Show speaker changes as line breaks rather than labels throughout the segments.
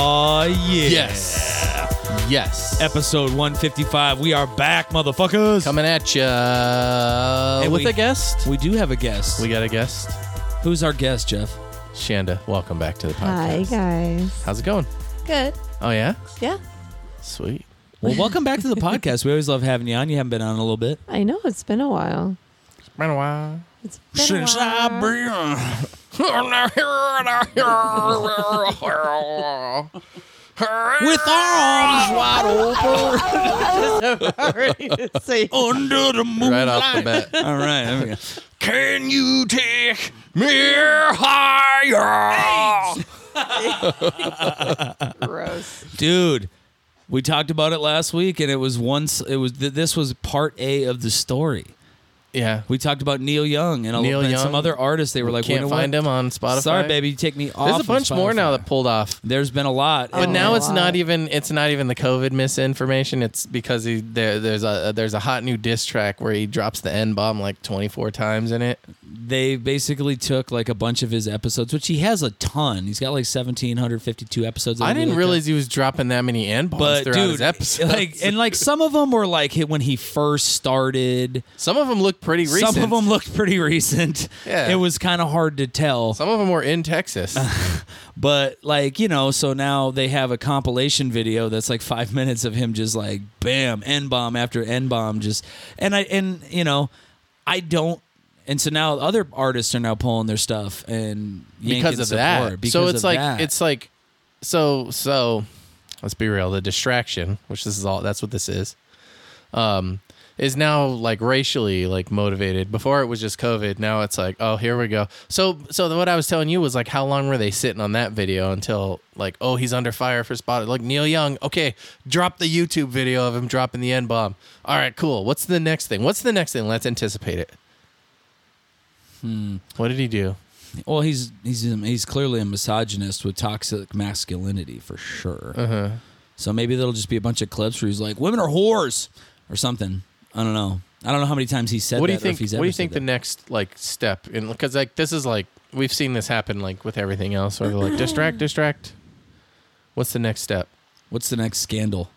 yeah.
Yes. Yes.
Episode 155. We are back, motherfuckers.
Coming at you with
we-
a guest.
We do have a guest.
We got a guest.
Who's our guest, Jeff?
Shanda, welcome back to the
Hi
podcast.
guys.
How's it going?
Good.
Oh yeah,
Yeah.
sweet.
Well, welcome back to the podcast. We always love having you on. You haven't been on in a little bit.
I know it's been a while.
Been a while.
It's been a while.
been. With arms
Say-
under the moonlight.
Right off the bat.
All right. there we go.
Can you take me higher?
Gross.
Dude, we talked about it last week and it was once it was th- this was part A of the story.
Yeah, we
We talked about Neil Young and, a
Neil
little, and some
Young.
other artists they were like,
can't
"You know
find
what?
him on Spotify.
Sorry, baby, you take me off.
There's a
of
bunch more now
Spotify.
that pulled off.
There's been a lot.
But
And-
now it's
Oh, wow.
not even it's not even the COVID misinformation. It's because he there there's a there's a hot new diss track where he drops the N bomb like 24 times in it.
they basically took like a bunch of his episodes, which he has a ton. He's got like 1752 episodes. that
I
he
didn't
looked
realize
up.
he was dropping that many N bombs
But
throughout
dude,
his episodes.
like and like some of them were like hit when he first started.
some of them look pretty recent.
Some of them looked pretty recent.
Yeah.
It was kind of hard to tell.
Some of them were in Texas.
But like, you know, so now they have a compilation video that's like five minutes of him just like bam, N bomb after N bomb just and I and you know, I don't and so now other artists are now pulling their stuff and yanking
because of that.
support because
so it's
of
like
that.
it's like so so let's be real, the distraction, which this is all that's what this is. Um is now like racially like motivated. Before it was just COVID. Now it's like, oh, here we go. So so what I was telling you was like how long were they sitting on that video until like, oh, he's under fire for spotted like Neil Young. Okay, drop the YouTube video of him dropping the N bomb. All right, cool. What's the next thing? What's the next thing? Let's anticipate it. Hmm. What did he do?
well, he's he's he's clearly a misogynist with toxic masculinity for sure.
Uh-huh.
So maybe there'll just be a bunch of clips where he's like, "Women are whores" or something. I don't know. I don't know how many times he said that.
what do you
or
think
if he's
what
ever
do you
said
think the
that.
next like step in because like this is like we've seen this happen like with everything else where they're like distract distract what's the next step
What's the next scandal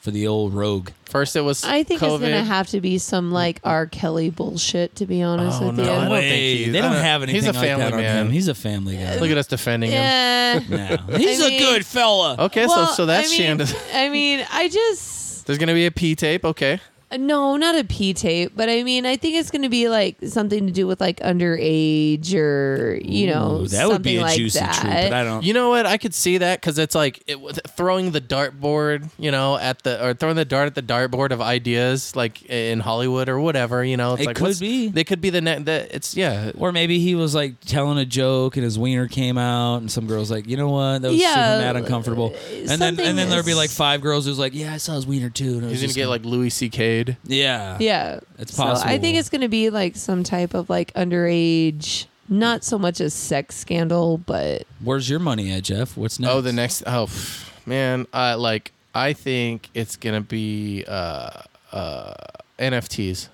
for the old rogue?
first it was
I think
COVID.
it's gonna have to be some like R. Kelly bullshit. To be honest
Oh,
with
no.
you.
I don't
Way.
think he's-
they
I
don't
don't-
have anything
he's a family
like that on
man.
him. He's a family guy.
look at us defending him
Yeah.
No. He's a
mean-
good fella.
okay
Well,
so so that's
I mean,
Shanda
I mean, I just
there's gonna be a P tape okay
no, not a P tape, but I mean, I think it's gonna be like something to do with like underage or you know
Ooh, that would be
something
a
like
juicy
that.
treat, but I don't.
you know what I could see that because it's like it, was- throwing the dartboard you know at the or throwing the dart at the dartboard of ideas like in Hollywood or whatever you know it's
It
like
could
what's-
be.
they could be the next it's yeah
or maybe he was like telling a joke and his wiener came out, and some girls like, you know what, that was
Yeah,
super mad uncomfortable. And then
something
and then there'd be
is-
like five girls who's like, yeah, I saw his wiener too. And it was
he's gonna
just
get like Louis C.K.'d
yeah,
Yeah,
It's
So I
possible.
think it's going to be like some type of like underage, not so much a sex scandal, but
Where's your money at, Jeff? What's next?
Oh, the next. Oh, pff, man. Uh, like I think it's gonna be uh, uh, NFTs.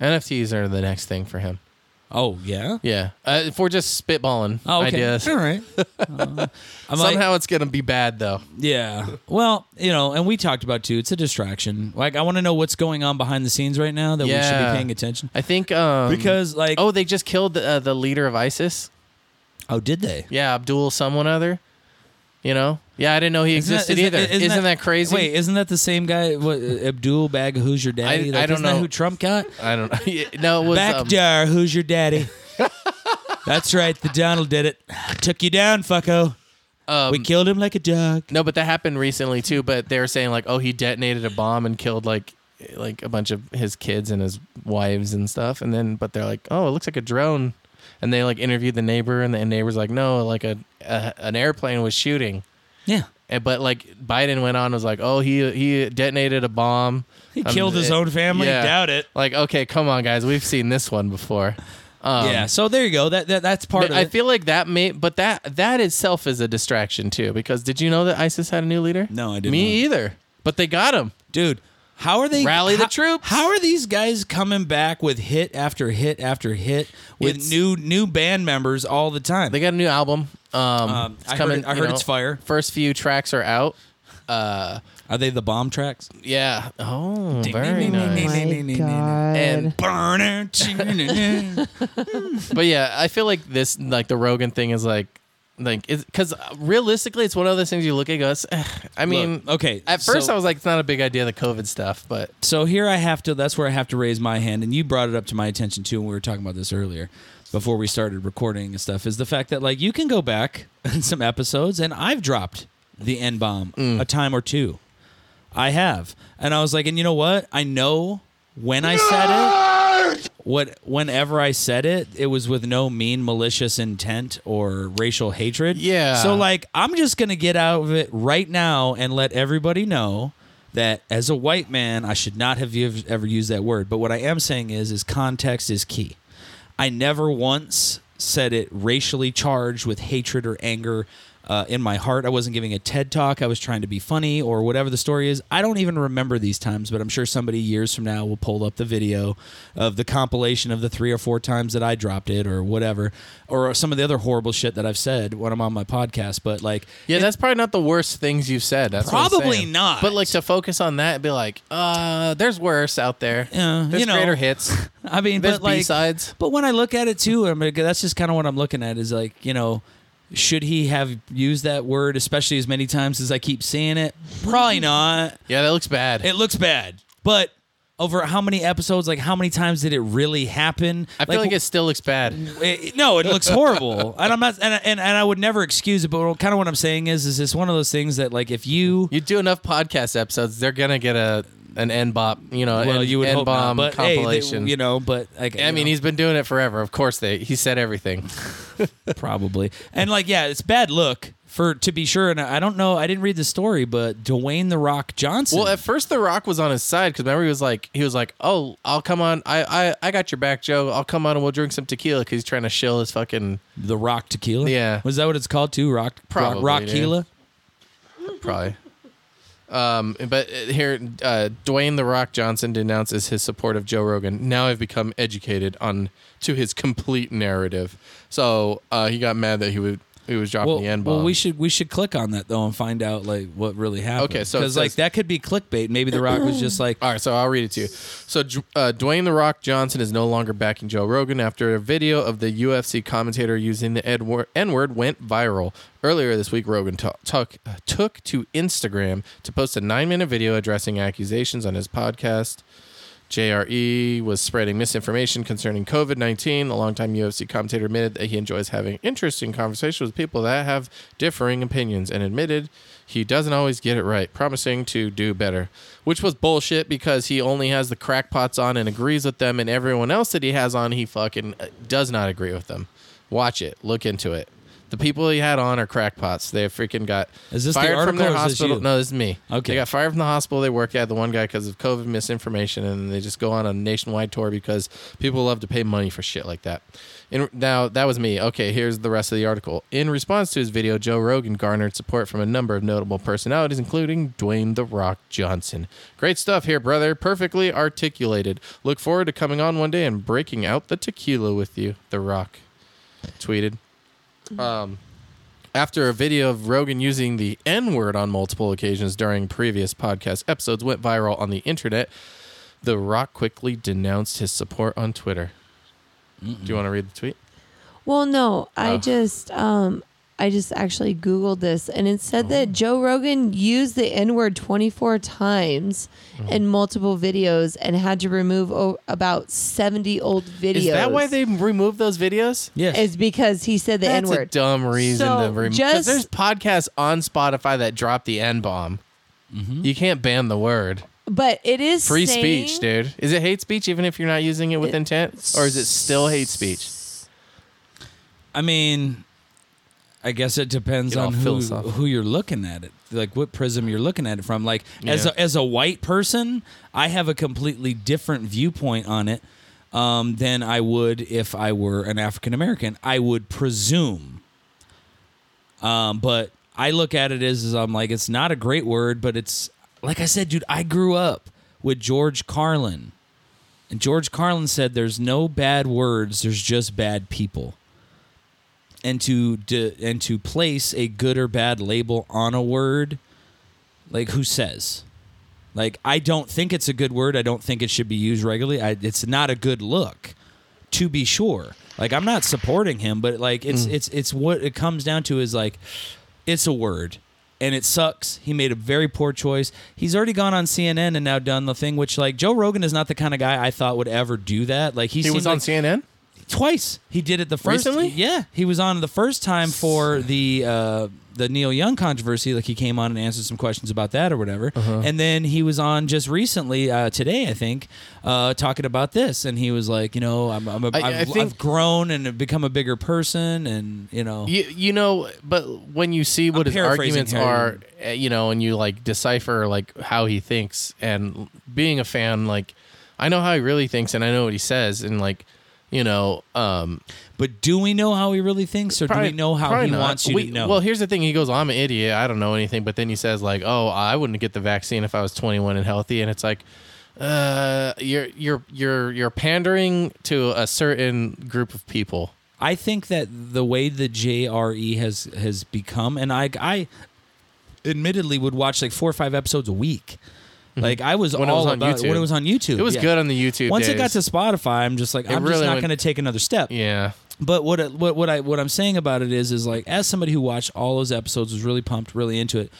NFTs are the next thing for him.
Oh yeah.
Yeah. Uh, if we're just spitballing
Oh okay.
ideas,
All right. Uh, I'm like-
somehow it's gonna be bad though.
Yeah. Well, you know, and we talked about too. It's a distraction. Like I want to know what's going on behind the scenes right now that we should
Yeah.
be paying attention.
I think um,
Because like
oh, they just killed the, uh, the leader of ISIS.
oh did they?
Yeah, Abdul someone other. You know. Yeah, I didn't know he
Isn't that-
existed
isn't
either.
that-
Isn't, that, crazy?
Wait, isn't that the same guy? What uh, Abdul Bag? Who's your daddy?
I
Like,
don't
isn't that
know.
who Trump got?
I don't know. no, it was
Back
um,
there, who's your daddy? That's right. The Donald did it. Took you down, fucko.
um,
We killed him like a dog.
No, but that happened recently too. But they were saying like, oh, he detonated a bomb and killed like like a bunch of his kids and his wives and stuff. And then, but they're like, oh, it looks like a drone. And they like interviewed the neighbor, and the neighbor's like, no, like a, a an airplane was shooting.
Yeah.
And, but like Biden went on and was like, oh, he he detonated a bomb.
He
Um,
killed his
it-
own family.
yeah.
Doubt it.
Like, okay, come on, guys, we've seen this one before. Um,
yeah. So there you go. That, that that's part
but
of
I
it.
feel like that may, but that that itself is a distraction too. Because did you know that ISIS had a new leader?
No, I didn't
Me either. But they got him.
dude. How are they
Rally the
how-
troops.
How are these guys coming back with hit after hit after hit with
It's-
new new band members all the time?
They got a new album. Um,
Um,
it's
I heard
coming.
it- I
you
heard
know,
it's fire.
First few tracks are out. Uh,
Are they the bomb tracks?
yeah. Oh,
Ding,
very
ding, ding, ding,
nice.
ding.
My God.
And-
Burner.
but yeah, I feel like this, like the Rogan thing, is like, like, because realistically, it's one of those things you look at. and Goes, "Eh." I mean,
Look, okay,
At first,
so-
I was like, it's not a big idea the COVID stuff, but
so here I have to. That's where I have to raise my hand, and you brought it up to my attention too. And we were talking about this earlier, before we started recording and stuff. Is the fact that like you can go back in some episodes, and I've dropped the n bomb
Mm.
a time or two. I have, and I was like, and you know what? I know when I said it. What whenever I said it, it was with no mean, malicious intent or racial hatred.
Yeah.
So like, I'm just gonna get out of it right now and let everybody know that as a white man, I should not have ev- ever used that word. But what I am saying is, is context is key. I never once said it racially charged with hatred or anger uh, in my heart. I wasn't giving a TED talk. I was trying to be funny or whatever the story is. I don't even remember these times, but I'm sure somebody years from now will pull up the video of the compilation of the three or four times that I dropped it or whatever, or some of the other horrible shit that I've said when I'm on my podcast. But like,
yeah, that's probably not the worst things you've said. That's what I'm
Probably
saying.
not.
But like to focus on that and be like, uh, there's worse out there.
Yeah,
there's
you know.
greater hits.
I mean,
There's
but like,
B-sides.
But when I look at it too, I'm like, that's just kind of what I'm looking at is like, you know, should he have used that word, especially as many times as I keep seeing it? Probably not.
Yeah, that looks bad.
It looks bad, but over how many episodes, like how many times did it really happen?
I feel like, it still looks bad.
it- no, it looks horrible, and I'm not, and, and and I would never excuse it. But kind of what I'm saying is, is it's one of those things that like if you
You do enough podcast episodes, they're gonna get a an N bop, you know,
well,
an,
you would hope not,
N-bomb
but hey, they-
compilation.
you know, but like,
I
you
mean,
know.
he's been doing it forever. Of course, they he said everything.
probably. And like, yeah, it's bad look for to be sure. And I I don't know, I didn't read the story, but Dwayne the Rock Johnson.
Well, at first, The Rock was on his side because remember he was like, he was like, "Oh, I'll come on. I, I, I got your back, Joe. I'll come on and we'll drink some tequila." Because he's trying to shill his fucking
the Rock Tequila.
Yeah.
was that what it's called too? Rock
Probably,
Rock
dude.
Tequila.
probably. Um, but uh, here, uh, Dwayne the Rock Johnson denounces his support of Joe Rogan. Now I've become educated on to his complete narrative. So uh, he got mad that he would he was dropping
Well,
the N bomb.
well, we should we should click on that though and find out like what really happened.
Okay, so it
because like
says-
that could be clickbait. Maybe the Rock was just like,
All right, so I'll read it to you. So J- uh, Dwayne the Rock Johnson is no longer backing Joe Rogan after a video of the UFC commentator using the Edward- N-word went viral earlier this week. Rogan to- took took to Instagram to post a nine-minute video addressing accusations on his podcast. JRE E was spreading misinformation concerning COVID 19. The longtime UFC commentator admitted that he enjoys having interesting conversations with people that have differing opinions and admitted he doesn't always get it right, promising to do better, which was bullshit because he only has the crackpots on and agrees with them, and everyone else that he has on, he fucking uh, does not agree with them. Watch it, look into it. The people he had on are crackpots. They have freaking got
Is this the
fired from
article
their
or is this
hospital.
you?
No, no, this is me.
Okay.
They got fired from the hospital they work at, the one guy, because of COVID misinformation, and they just go on a nationwide tour because people love to pay money for shit like that. In, now, that was me. Okay, here's the rest of the article. In response to his video, Joe Rogan garnered support from a number of notable personalities, including Dwayne The Rock Johnson. Great stuff here, brother. Perfectly articulated. Look forward to coming on one day and breaking out the tequila with you, The Rock tweeted. Um, after a video of Rogan using the N word on multiple occasions during previous podcast episodes went viral on the internet, The Rock quickly denounced his support on Twitter. Do you want to read the tweet?
Well, no, I
Oh.
just um I just actually googled this and it said
Oh.
that Joe Rogan used the n-word 24 times
Oh.
in multiple videos and had to remove o- about 70 old videos.
Is that why they removed those videos?
yes,
Is because he said the
That's a
n-word.
dumb reason
So
to remove.
just-
there's podcasts on Spotify that drop the N bomb. You can't ban the word.
but it is
Free
saying-
speech, dude. Is it hate speech even if you're not using it with intent, or is it still hate speech?
I mean, I guess it depends
Get all
on who,
philosophical.
who you're looking at it, like what prism you're looking at it from. Like as
Yeah.
a, as a white person, I have a completely different viewpoint on it um, than I would if I were an African American. I would presume, um, but I look at it as, as I'm like it's not a great word, but it's like I said, dude. I grew up with George Carlin. And George Carlin said, There's no bad words, there's just bad people. and to de- and to place a good or bad label on a word like who says like i don't think it's a good word i don't think it should be used regularly I, it's not a good look to be sure like i'm not supporting him but like
Mm.
it's it's it's what it comes down to is like it's a word and it sucks he made a very poor choice he's already gone on cnn and now done the thing which like joe rogan is not the kind of guy i thought would ever do that like he,
He was on
CNN
CNN.
twice. He did it the first
Recently?
Yeah, he was on the first time for the uh, the Neil Young controversy. Like he came on and answered some questions about that or whatever.
Uh-huh.
And then he was on just recently uh, today, I think, uh, talking about this. And he was like, you know, I'm, I'm a,
I- I
I've,
think-
I've grown and have become a bigger person, and you know,
You, you know, but when you see what
I'm
his arguments
paraphrasing
are,
here.
uh, you know, and you like decipher like how he thinks, and being a fan, like I know how he really thinks, and I know what he says, and like you know, um,
but do we know how he really thinks, or
Probably-
do we know how
probably
he
not.
wants you
We-
to know?
Well, here's the thing. He goes, I'm an idiot. I don't know anything. But then he says, like, oh, I wouldn't get the vaccine if I was 21 and healthy. And it's like, uh, you're you're you're you're pandering to a certain group of people.
I think that the way the JRE has has become, and I I admittedly would watch like four or five episodes a week. Like I was
Mm-hmm. When it was
all
on
about
YouTube.
when it was on YouTube.
It was
yeah.
good on the YouTube.
Once it got to
days.
Spotify, I'm just like I'm
really
just not
went-
going to take another step.
yeah,
But what it, what what I what I'm saying about it is is like as somebody who watched all those episodes was really pumped, really into it.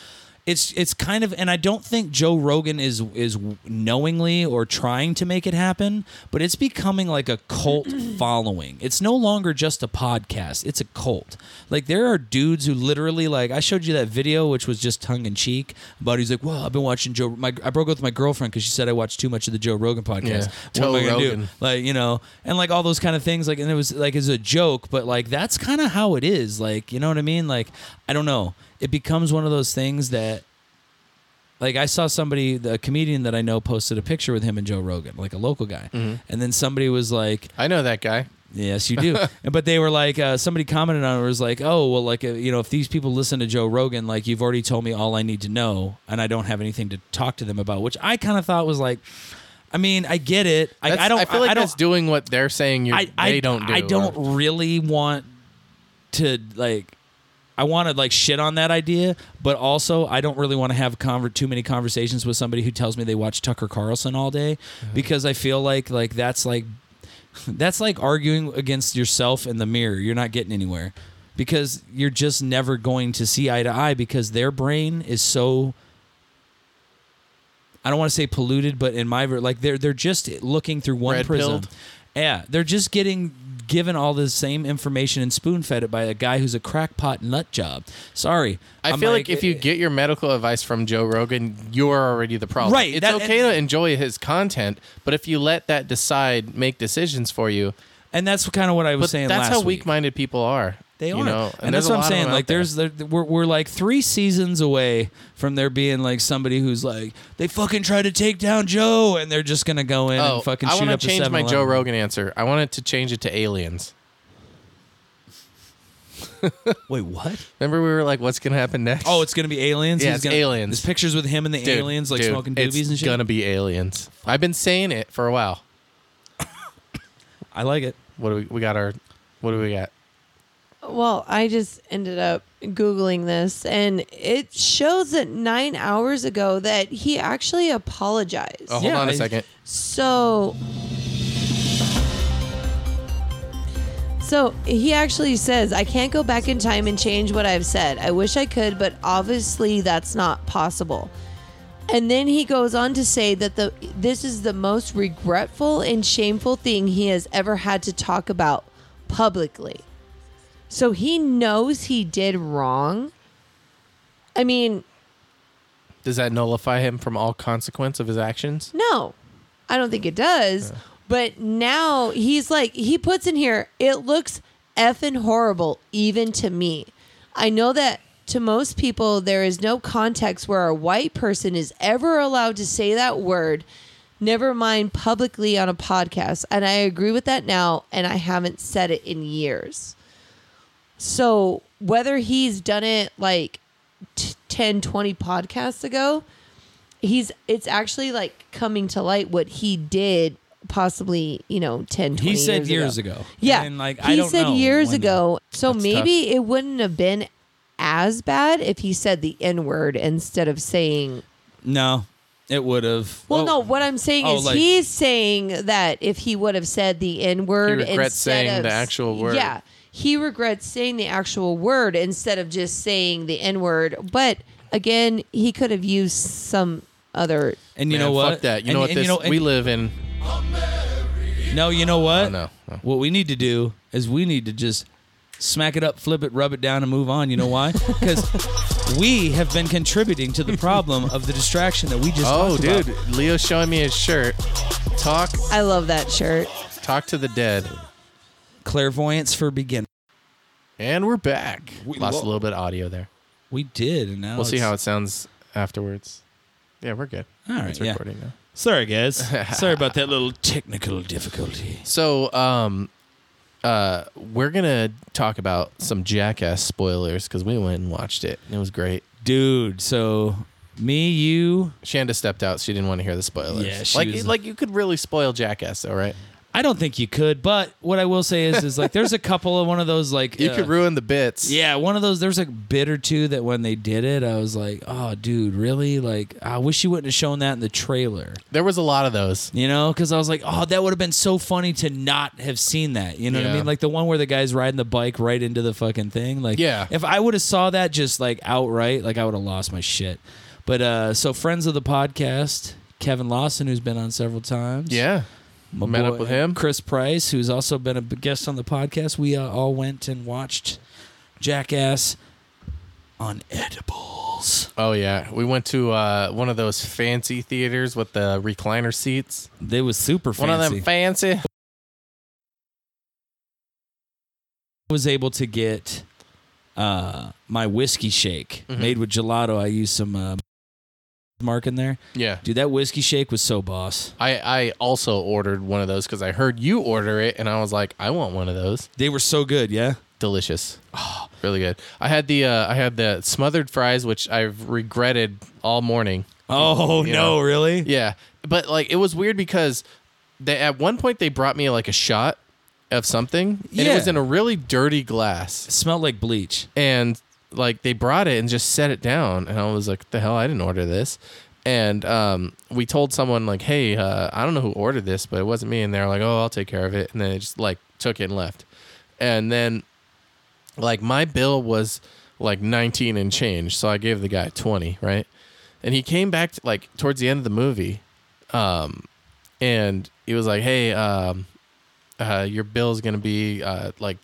It's it's kind of and I don't think Joe Rogan is is knowingly or trying to make it happen, but it's becoming like a cult following. It's no longer just a podcast; it's a cult. Like there are dudes who literally like I showed you that video, which was just tongue in cheek. But he's like, "Well, I've been watching Joe. My I broke up with my girlfriend because she said I watched too much of the Joe Rogan podcast. What am I
Yeah. Toe
gonna do?"
Rogan.
like you know and like all those kind of things like and it was like as a joke but like that's kind of how it is like you know what i mean like i don't know it becomes one of those things that like i saw somebody the comedian that i know posted a picture with him and joe rogan like a local guy
Mm-hmm.
and then somebody was like
I know that guy.
Yes, you do. And- but they were like, uh, somebody commented on it was like, oh, well, like, uh, you know, if these people listen to Joe Rogan, like, you've already told me all I need to know, and I don't have anything to talk to them about, which I kind of thought was like, I mean, I get it. I,
That's-
I don't.
I feel like
I don't,
that's doing what they're saying. You're,
I, I
they don't. Do,
I don't
or-
really want to like. I want to like shit on that idea, but also I don't really want to have conver- too many conversations with somebody who tells me they watch Tucker Carlson all day because I feel like like that's like that's like arguing against yourself in the mirror. You're not getting anywhere because you're just never going to see eye to eye because their brain is so I don't want to say polluted, but in my ver- like they're they're just looking through one
Red
prism.
pilled?
Yeah, they're just getting given all the same information and spoon fed it by a guy who's a crackpot nut job. Sorry,
I
I'm eh,
feel like, if you get your medical advice from Joe Rogan, you're already the problem.
Right,
It's
that-
okay to enjoy his content, but if you let that decide, make decisions for you.
and that's kind of what I was
But
saying.
that's
last
how
week.
weak-minded people are.
They
you
are,
know?
and, that's
there's a
what I'm
lot of them
saying.
out
Like,
there.
there's there, we're we're like three seasons away from there being like somebody who's like they fucking tried to take down Joe, and they're just gonna go in
Oh,
and fucking
I
shoot
want
up
to change
a
my
7-Eleven.
Joe Rogan answer. I wanted to change it to aliens.
Wait, what?
Remember, we were like, "What's gonna happen next?"
Oh, it's gonna be aliens.
Yeah,
He's
it's
gonna-
aliens.
There's pictures with him and the
Dude,
aliens like
dude,
smoking doobies
it's
and shit.
Gonna be aliens. I've been saying it for a while.
I like it.
What do we? We got our. What do we got?
Well, I just ended up Googling this and it shows that nine hours ago that he actually apologized.
Oh, hold
Yeah,
on a
I-
second.
So So he actually says, I can't go back in time and change what I've said. I wish I could, but obviously that's not possible. And then he goes on to say that the this is the most regretful and shameful thing he has ever had to talk about publicly. So he knows he did wrong. I mean,
Does that nullify him from all consequence of his actions?
No, I don't think it does. But now he's like, he puts in here, it looks effing horrible, even to me. I know that to most people, there is no context where a white person is ever allowed to say that word, never mind publicly on a podcast. And I agree with that now, and I haven't said it in years. So whether he's done it like t- 10, 20 podcasts ago, he's it's actually like coming to light what he did possibly, you know, 10, 20
He said years
ago.
ago.
Yeah.
And like
he
I don't
said
know
years
when-
ago. So
That's
maybe it wouldn't have been as bad if he said the N word instead of saying.
No. It would have.
Well,
Oh,
no, what I'm saying
Oh,
is
like-
he's saying that if he would have said the N word,
He regrets saying the actual word.
Yeah. He regrets saying the actual word instead of just saying the N word. But again, he could have used some other.
And you
Man,
know what?
Fuck that. You
And-
know what?
and
This
know- and-
we live in.
No, you know what?
Oh, no, no.
What we need to do is we need to just smack it up, flip it, rub it down, and move on. You know why? Because we have been contributing to the problem of the distraction that we just.
Oh,
talked about.
dude, Leo's showing me his shirt. Talk,
I love that shirt.
talk to the dead,
clairvoyance for beginners.
and we're back.
We-
Lost
whoa.
a little bit of audio there.
We did, and now
We'll see
it's-
how it sounds afterwards. Yeah, we're good.
All right,
it's
yeah.
recording now.
Sorry, guys. Sorry about that little technical difficulty.
So, um, uh, we're gonna talk about some Jackass spoilers because we went and watched it and it was great.
Dude, so me, you.
Shanda stepped out; she didn't want to hear the spoilers.
Yeah, she
like
was-
like you could really spoil Jackass, though, right?
I don't think you could, but what I will say is, is like there's a couple of one of those like
You
uh,
could ruin the bits.
Yeah, one of those. There's a bit or two that when they did it, I was like, "Oh, dude, really?" Like, I wish you wouldn't have shown that in the trailer,
there was a lot of those.
you know? Because I was like, "Oh, that would have been so funny to not have seen that." You know what I
Yeah.
mean? Like the one where the guy's riding the bike right into the fucking thing. Like,
Yeah.
if I would have saw that just like outright, like I would have lost my shit. But uh so friends of the podcast, Kevin Lawson, who's been on several times,
Yeah,
My
met
boy,
up with him.
Chris Price, who's also been a b- guest on the podcast. We uh, all went and watched Jackass on edibles.
Oh yeah, we went to uh, one of those fancy theaters with the recliner seats.
They was super fancy.
One of them fancy.
was able to get uh, my whiskey shake
Mhm.
made with gelato. I used some uh, mark in there.
Yeah,
Dude, that whiskey shake was so boss.
I I also ordered one of those because I heard you order it, and I was like, I want one of those.
They were so good, yeah.
Delicious. Oh, really good. I had the uh, I had the smothered fries, which I've regretted all morning.
Oh
You
no,
know?
really?
Yeah, but like it was weird because they at one point they brought me like a shot of something, and it
Yeah.
was in a really dirty glass.
It smelled like bleach.
and like they brought it and just set it down and i was like the hell i didn't order this and um, we told someone like hey uh, i don't know who ordered this but it wasn't me and they were like oh i'll take care of it and then they just like took it and left and then like my bill was like 19 and change so i gave the guy 20 right and he came back to, like towards the end of the movie um, and he was like hey um, uh, your bill's gonna be uh, like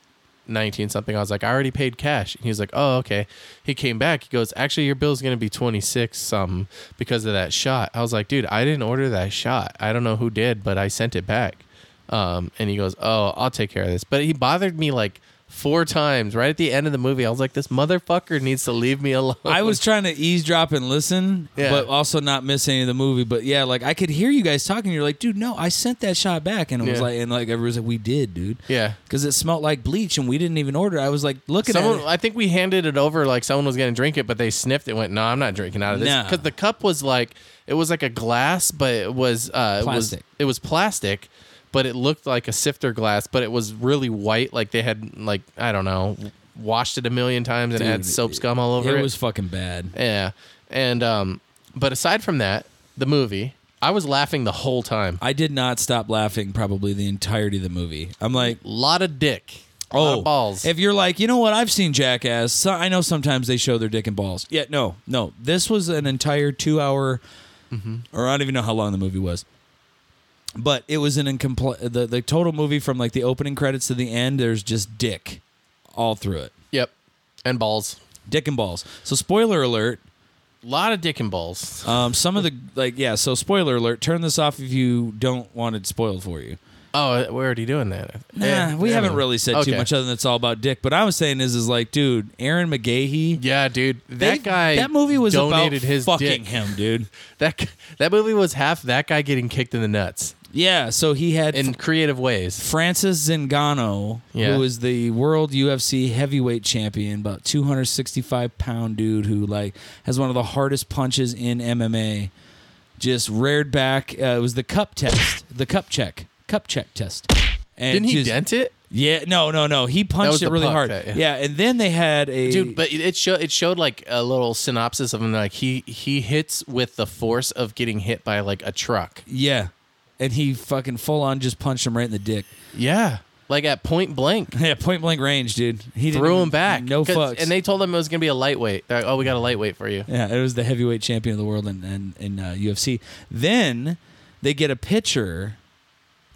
19 something i was like i already paid cash and he was like oh okay he came back he goes actually your bill's gonna be 26 something because of that shot i was like dude i didn't order that shot i don't know who did but i sent it back um, and he goes oh i'll take care of this but he bothered me like four times right at the end of the movie i was like this motherfucker needs to leave me alone
I was trying to eavesdrop and listen,
Yeah.
but also not miss any of the movie. But yeah, like I could hear you guys talking. You're like, dude, no, I sent that shot back, and it was
Yeah.
like, and like everyone was like, we did, dude,
yeah
because it smelled like bleach, and we didn't even order. I was like, looking
Someone,
at it.
I think we handed it over like someone was going to drink it, but they sniffed it. Went, no, I'm not drinking out of this
No.
because the cup was like it was like a glass, but it was uh,
Plastic.
It was, it was plastic, but it looked like a sifter glass, but it was really white. Like they had like I don't know, washed it a million times and it had
Dude,
soap scum all over
it,
it.
was fucking bad.
yeah, and um, but aside from that, the movie, I was laughing the whole time.
I did not stop laughing probably the entirety of the movie. I'm like,
lot of dick, lot
oh,
of balls.
If you're like, you know what, I've seen Jackass. So I know sometimes they show their dick and balls. Yeah, no, no. This was an entire two hour, or I don't even know how long the movie was. But it was an incompl- the the total movie from like the opening credits to the end. There's just dick, all through it,
yep, and balls.
dick and balls. So spoiler alert.
Lot of dick and balls.
Um, some of the like, yeah. So spoiler alert. Turn this off if you don't want it spoiled for you.
Oh, we're already doing that.
Nah,
Yeah,
we
yeah.
haven't really said
Okay.
too much other than it's all about dick. But I was saying is is like, dude, Aaron McGahee.
Yeah, dude, that
they-
guy.
That movie was about
donated his
fucking
dick.
him, dude.
That g- that movie was half that guy getting kicked in the nuts
Yeah. So he had
in creative ways.
Francis Zingano,
Yeah.
who is the world UFC heavyweight champion, about 265 pound dude who like has one of the hardest punches in MMA. Just reared back. Uh, it was the cup test, the cup check. cup check test. And
Didn't he
just-
dent it?
Yeah, no, no, no. He punched
was
it
the
really
puck,
hard.
right, yeah.
yeah. and then they had a
Dude, but it showed it showed like a little synopsis of him like he he hits with the force of getting hit by like a truck.
yeah, and he fucking full on just punched him right in the dick.
Yeah. Like at point blank.
Yeah, point blank range, dude. He didn't
Threw
even-
him back.
No
'Cause-
fucks.
And they told him it was gonna be a lightweight. They're like, oh, we got a lightweight for you.
Yeah, it was the heavyweight champion of the world in in, in uh, UFC. Then they get a pitcher.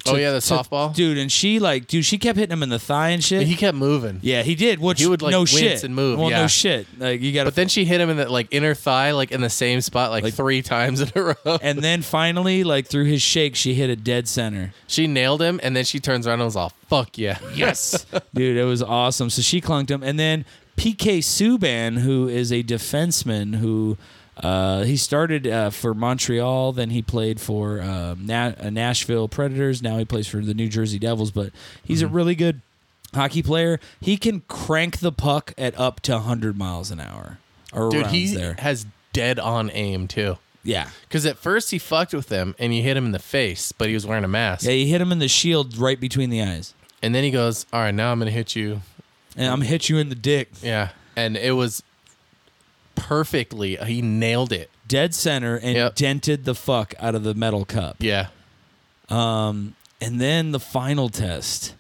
oh yeah, the softball.
dude, and she like, dude, she kept hitting him in the thigh and shit.
he kept moving.
yeah, he did. Which
He would, like,
no
wince
shit
and move,
Well,
yeah.
no shit. Like you got to.
But then she hit him in the like inner thigh, like in the same spot, like,
Like-
three times in a row.
and then finally, like through his shake, she hit a dead center.
She nailed him, and then she turns around and was all, "Fuck yeah,
Yes, dude, it was awesome. So she clunked him, and then PK Subban, who is a defenseman who. Uh, he started uh, for Montreal, then he played for um, Na- uh, Nashville Predators. Now he plays for the New Jersey Devils, but he's a
Mm-hmm.
really good hockey player. He can crank the puck at up to 100 miles an hour. Or
dude."
around
He
there.
has dead on aim too.
yeah.
Because at first he fucked with him, and you hit him in the face, but he was wearing a mask.
Yeah, he hit him in the shield right between the eyes.
And then he goes, "All right, now I'm gonna hit you."
And I'm gonna hit you in the dick.
Yeah, and it was perfectly. He nailed it.
Dead center and
Yep.
dented the fuck out of the metal cup.
Yeah.
And then the final test,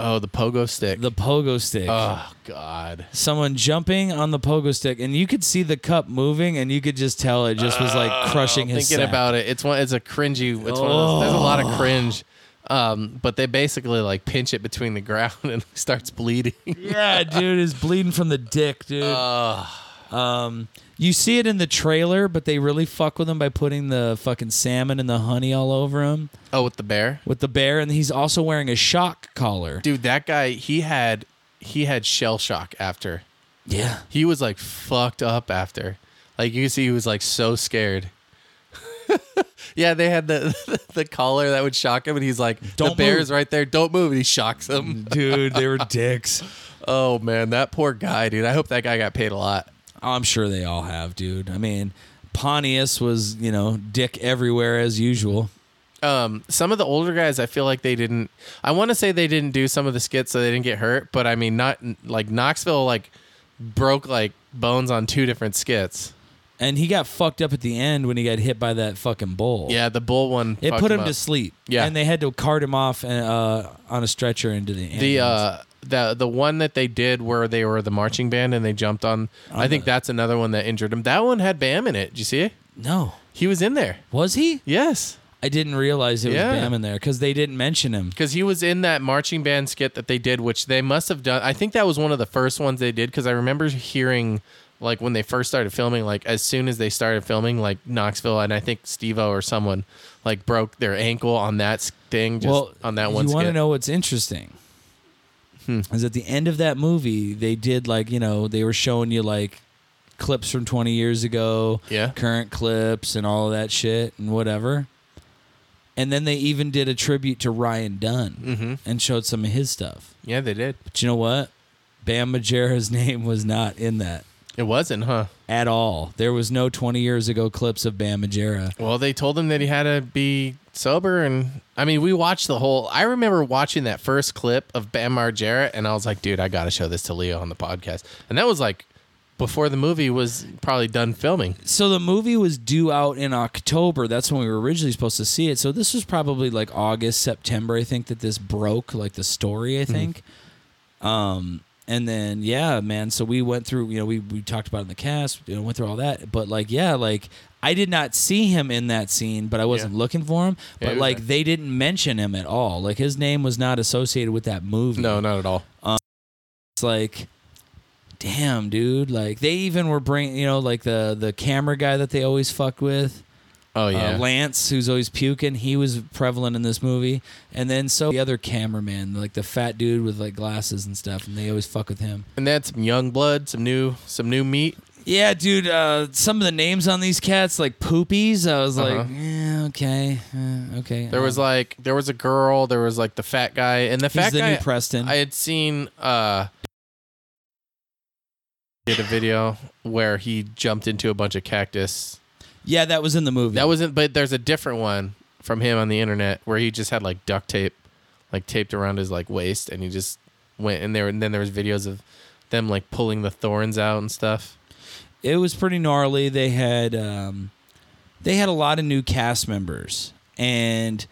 Oh, the pogo stick.
the pogo stick.
oh God.
Someone jumping on the pogo stick, and you could see the cup moving, and you could just tell it just was like crushing his.
Uh, thinking
sack.
about it. It's one. It's a cringy. It's one of those,
Oh.
there's a lot of cringe. Um, but they basically like pinch it between the ground and it starts bleeding.
yeah, dude, is bleeding from the dick, dude. Um, you see it in the trailer, but they really fuck with him by putting the fucking salmon and the honey all over him
Oh, with the bear,
with the bear, and he's also wearing a shock collar.
dude. That guy. He had he had shell shock after.
Yeah,
He was like fucked up after. Like you can see, he was like so scared. yeah, they had the, the collar that would shock him, and he's like, "The
Don't
bear's
move.
right there. Don't move." And he shocks him.
dude, they were dicks.
Oh man, that poor guy, dude. I hope that guy got paid a lot.
Oh, I'm sure they all have, dude. I mean, Pontius was, you know, dick everywhere as usual.
um, some of the older guys, I feel like they didn't. I want to say they didn't do some of the skits, so they didn't get hurt. But I mean, not like Knoxville, like broke like bones on two different skits.
And he got fucked up at the end when he got hit by that fucking bull.
Yeah, the bull one.
It
fucked
put him,
up.
to sleep.
Yeah.
And they had to cart him off uh, on a stretcher into the
the
ambulance.
uh the the one that they did where they were the marching band and they jumped on. I think that's another one that injured him. That one had Bam in it. Did you see it?
No.
He was in there.
Was he?
Yes,
I didn't realize it was
Yeah.
Bam in there because they didn't mention him.
because he was in that marching band skit that they did, which they must have done. I think that was one of the first ones they did because I remember hearing like when they first started filming, like as soon as they started filming, like Knoxville and I think Steve O or someone like broke their ankle on that s- thing, just
well,
on that one.
You want to
skit. Hmm.
know what's interesting? Is at the end of that movie, they did like, you know, they were showing you like clips from 20 years ago,
Yeah.
current clips and all of that shit and whatever. And then they even did a tribute to Ryan Dunn
Mm-hmm.
and showed some of his stuff.
Yeah, they did.
But you know what? Bam Majera's name was not in that
It wasn't, huh?
at all. There was no 20 years ago clips of Bam Majera.
Well, they told him that he had to be sober, and I mean, we watched the whole. I remember watching that first clip of Bam Margera, and I was like, "Dude, I got to show this to Leo on the podcast." And that was like before the movie was probably done filming.
So the movie was due out in October. That's when we were originally supposed to see it. So this was probably like August, September, I think, that this broke, like the story, I
Mhm.
think. Um, and then yeah, man. So we went through, you know, we, we talked about it in the cast, you know, went through all that. But like, yeah, like I did not see him in that scene, but I wasn't
Yeah.
looking for him. But
Yeah, he was
like
there.
they didn't mention him at all. Like his name was not associated with that movie.
No, not at all.
It's like damn, dude. Like they even were bringing, you know, like the the camera guy that they always fuck with
Oh yeah,
uh, Lance, who's always puking, he was prevalent in this movie. And then so the other cameraman, like the fat dude with like glasses and stuff, and they always fuck with him.
and they had some young blood, some new, some new meat.
Yeah, dude. Uh, some of the names on these cats, like Poopies, I was like,
Uh-huh.
yeah, okay, uh, okay.
There was like there was a girl, there was like the fat guy, and the
he's
fat
the
guy.
new Preston.
I had seen uh did a video where he jumped into a bunch of cactus
yeah, that was in the movie.
That wasn't, but there's a different one from him on the internet where he just had like duct tape, like taped around his like waist, and he just went in there. And then there was videos of them like pulling the thorns out and stuff.
it was pretty gnarly. They had um, they had a lot of new cast members, and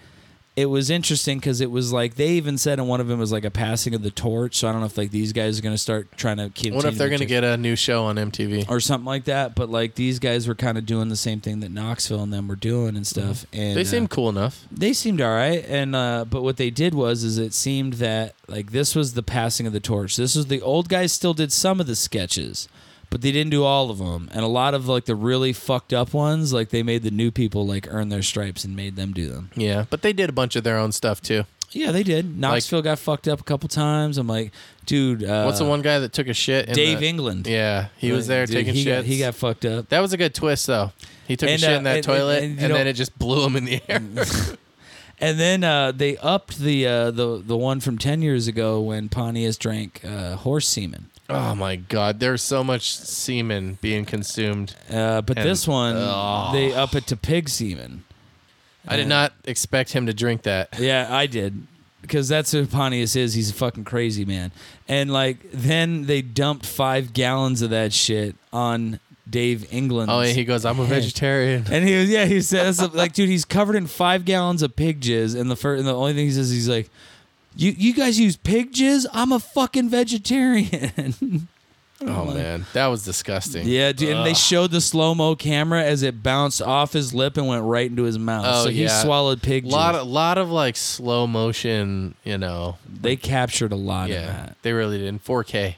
it was interesting because it was like they even said, and one of them was like a passing of the torch. So I don't know if like these guys are going to start trying to keep.
I wonder if they're gonna
to
get a new show on MTV.
or something like that. But like these guys were kind of doing the same thing that Knoxville and them were doing and stuff. And
They
uh,
seem cool enough.
they seemed all right. And uh, but what they did was is it seemed that like this was the passing of the torch. This was the old guys still did some of the sketches, but they didn't do all of them. And a lot of like the really fucked up ones, like they made the new people like earn their stripes and made them do them.
Yeah, but they did a bunch of their own stuff too.
Yeah, they did. Knoxville got fucked up a couple times. I'm like, dude, uh,
What's the one guy that took a shit? In
Dave
the-
England.
Yeah, he was there
Dude,
taking
he
shit.
Got, he got fucked up.
That was a good twist, though. He took
And,
a shit
uh,
in that
and-
toilet,
and-
and,
and you know-
then it just blew him in the air.
And then uh, they upped the uh, the the one from ten years ago when Pontius drank uh, horse semen.
oh my god, there's so much semen being consumed.
Uh, but
And-
this one,
Ugh.
they up it to pig semen.
I did not expect him to drink that.
Yeah, I did. Because that's who Pontius is. He's a fucking crazy man. And like, then they dumped five gallons of that shit on Dave England.
Oh, and he goes, "I'm a vegetarian."
And he was, yeah, he says like, dude, he's covered in five gallons of pig jizz, and the first, and the only thing he says, he's like, you you guys use pig jizz? I'm a fucking vegetarian.
Oh man, that was disgusting.
Yeah, dude, and they showed the slow mo camera as it bounced off his lip and went right into his mouth.
Oh,
so he
yeah.
swallowed pig
a
juice.
lot, a lot of like slow motion. You know,
they captured a lot of
yeah,
that.
they really did. In 4K,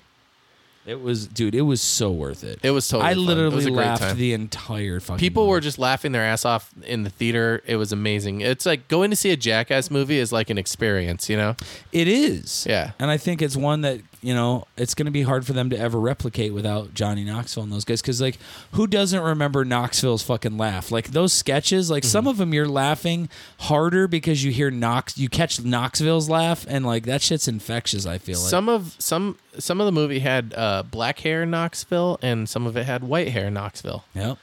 It was, dude, it was so worth it.
it was
I
totally. fun. It was
literally
a great
laughed
time.
the entire fucking.
People were
movie.
just laughing their ass off in the theater. It was amazing. It's like going to see a Jackass movie is like an experience, you know?
It is.
Yeah.
And I think it's one that, you know, it's going to be hard for them to ever replicate without Johnny Knoxville and those guys. Because, like, who doesn't remember Knoxville's fucking laugh? Like, those sketches, like,
Mhm.
some of them you're laughing harder because you hear Knox, you catch Knoxville's laugh, and, like, that shit's infectious, I feel like.
some of some some of the movie had uh, black hair in Knoxville, and some of it had white hair in Knoxville.
Yep.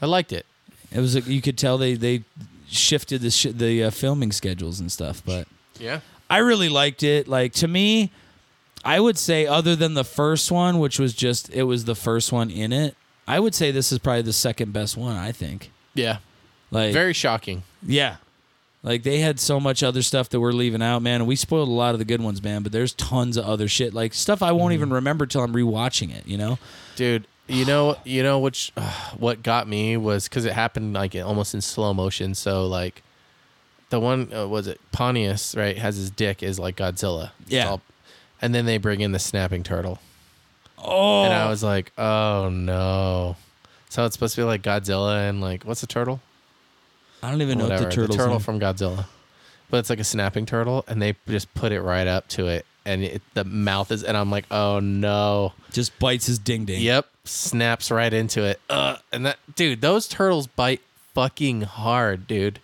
I liked it.
It was, like, you could tell they, they shifted the, sh- the uh, filming schedules and stuff, but.
Yeah,
I really liked it. Like to me, I would say other than the first one, which was just it was the first one in it. I would say this is probably the second best one. I think.
yeah,
Like
very shocking.
yeah, like they had so much other stuff that we're leaving out, man. And we spoiled a lot of the good ones, man. But there's tons of other shit, like stuff I
Mhm.
won't even remember till I'm rewatching it. You know?
dude you know you know which what got me was because it happened like almost in slow motion so like the one uh, was it pontius right has his dick is like godzilla It's
Yeah.
and then they bring in the snapping turtle
Oh,
and i was like oh no so it's supposed to be like godzilla and like what's the turtle
I don't even know
whatever
what the
the,
turtle's
turtle
name-
from godzilla but it's like a snapping turtle and they just put it right up to it and it, the mouth is and i'm like oh no
just bites his ding ding.
Yep, snaps right into it. Uh, and that dude, those turtles bite fucking hard, dude.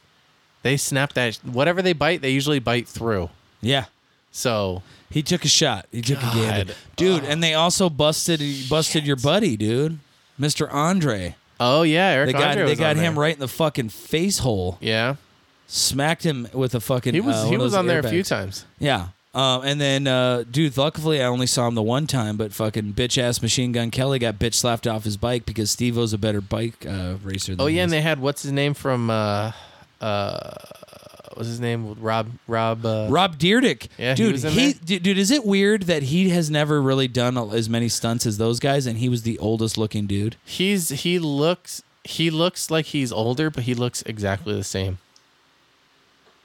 They snap that whatever they bite, they usually bite through.
Yeah.
So
He took a shot. He took a gander,
God. Oh.
dude. And they also busted busted your buddy, dude, Mr. Andre.
oh yeah, Eric
They got
Andre
they
was
got
on
him
there.
right in the fucking face hole.
Yeah,
Smacked him with a fucking.
he was
uh,
he
one of
was
those
on there a few
airbags.
times.
Yeah. Um, and then, uh, dude, luckily I only saw him the one time, but fucking bitch ass Machine Gun Kelly got bitch slapped off his bike because Steve O's a better bike uh, racer than
Oh yeah,
he
and
is.
they had what's his name from uh, uh, what's his name? Rob Rob. Uh,
Rob Deerdick.
Yeah, he
dude,
was in
d- dude, is it weird that he has never really done a- as many stunts as those guys and he was the oldest looking dude?
He's he looks he looks like he's older, but he looks exactly the same.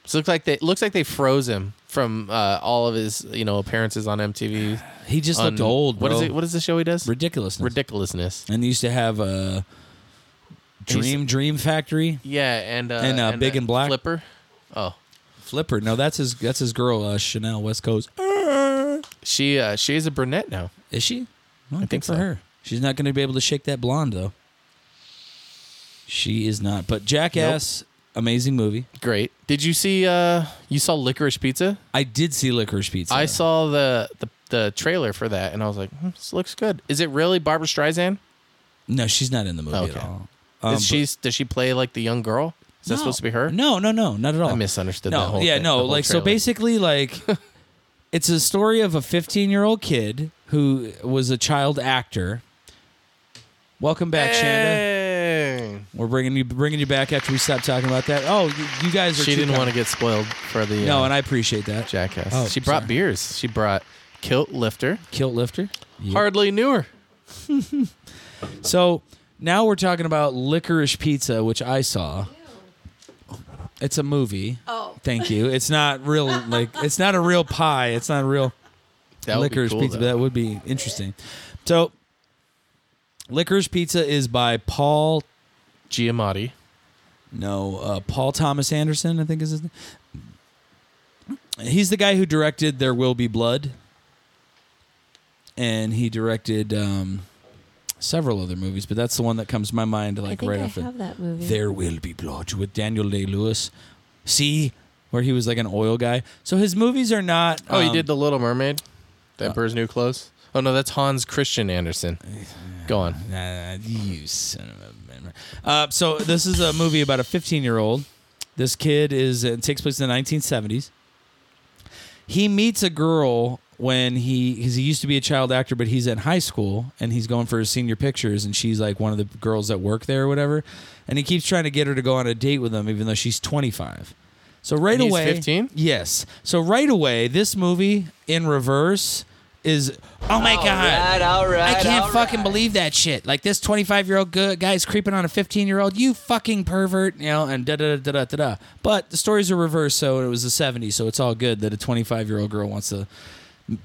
So looks like they looks like they froze him from uh, all of his you know appearances on MTV.
He just
on-
looked old, bro.
What is it? What is the show he does?
Ridiculousness.
Ridiculousness.
and they used to have uh, Dream Dream Factory.
Yeah, and uh,
And, uh, Big
uh,
and Black.
Flipper. Oh,
Flipper. No, that's his. That's his girl, uh, Chanel West Coast.
she uh, she is a brunette now.
Is she? Well, good
think
for
so.
her. She's not going to be able to shake that blonde though. She is not. But Jackass, amazing movie.
Great. Did you see? Uh, you saw Licorice Pizza?
I did see Licorice Pizza.
I saw the, the the trailer for that, and I was like, hmm, this looks good. Is it really Barbara Streisand?
No, she's not in the movie
Okay.
at all.
Is
Um,
she's does she play like the young girl?
but-
Is that supposed to be her?
No, no, no, not at all.
I misunderstood
no,
that whole
yeah,
thing,
no,
the whole
like so
trailer.
basically like it's a story of a 15-year-old kid who was a child actor. Welcome back, Shanda.
Hey.
We're bringing you bringing you back after we stop talking about that. Oh, you, you guys are
She
too
didn't
kind.
want to get spoiled for the
No,
uh,
and I appreciate that.
jackass.
Oh,
she brought
sorry.
beers. She brought Kilt Lifter.
Kilt lifter. Yep.
Hardly knew her.
So now we're talking about Licorice Pizza, which I saw. It's a movie.
Oh.
Thank you. It's not real. Like it's not a real pie. It's not a real
That would be
licorice
cool,
pizza. But
though.
that would be interesting. So, licorice pizza is by Paul.
Giamatti.
No, uh, Paul Thomas Anderson. I think is his name. He's the guy who directed There Will Be Blood, and he directed um, several other movies. But that's the one that comes to my mind,
I
like
think
right
I
off the.
have that movie.
There Will Be Blood with Daniel Day Lewis. See, where he was like an oil guy. So his movies are not.
Oh, you
um,
did The Little Mermaid? The
uh,
Emperor's New Clothes? Oh, no, that's Hans Christian Andersen. Go on.
Nah, you son of a. Uh, so this is a movie about a 15 year old. This kid is it takes place in the 1970s. He meets a girl when he because he used to be a child actor, but he's in high school and he's going for his senior pictures, and she's like one of the girls that work there or whatever. And he keeps trying to get her to go on a date with him, even though she's 25. So right
And he's
away,
15?
Yes. So right away, this movie in reverse is oh my god. I can't fucking believe that shit. Like this 25 year old guy's creeping on a 15 year old. You fucking pervert, you know, and da da da da da da. But the stories are reversed, so it was the 70s, so it's all good that a 25 year old girl wants to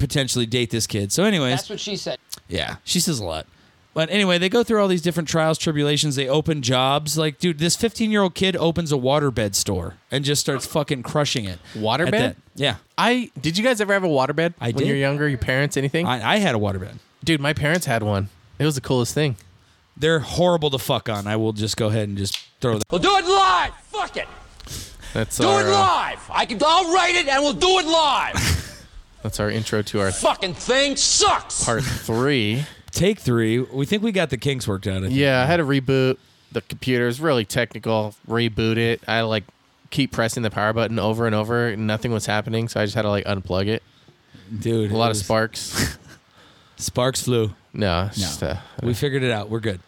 potentially date this kid. So, anyways,
That's what she said.
yeah, she says a lot. But anyway, they go through all these different trials, tribulations. They open jobs. Like, dude, this 15 year old kid opens a waterbed store and just starts fucking crushing it.
Waterbed?
At that- Yeah.
I did you guys ever have a waterbed
I
when
did.
you were younger? Your parents anything?
I, I had a waterbed.
Dude, my parents had one. It was the coolest thing.
They're horrible to fuck on. I will just go ahead and just throw that.
We'll do it live. Fuck it.
That's
Do
our
it
uh,
live. I can. I'll write it and we'll do it live.
that's our intro to our
Fucking thing sucks.
part three.
Take three. We think we got the kinks worked out. I think.
Yeah, I had to reboot the computer. It's really technical. Reboot it. I like keep pressing the power button over and over. And nothing was happening, so I just had to like unplug it.
dude.
A lot
it
of
was-
sparks.
Sparks flew.
no, it's
No.
just, uh,
We figured it out. We're good.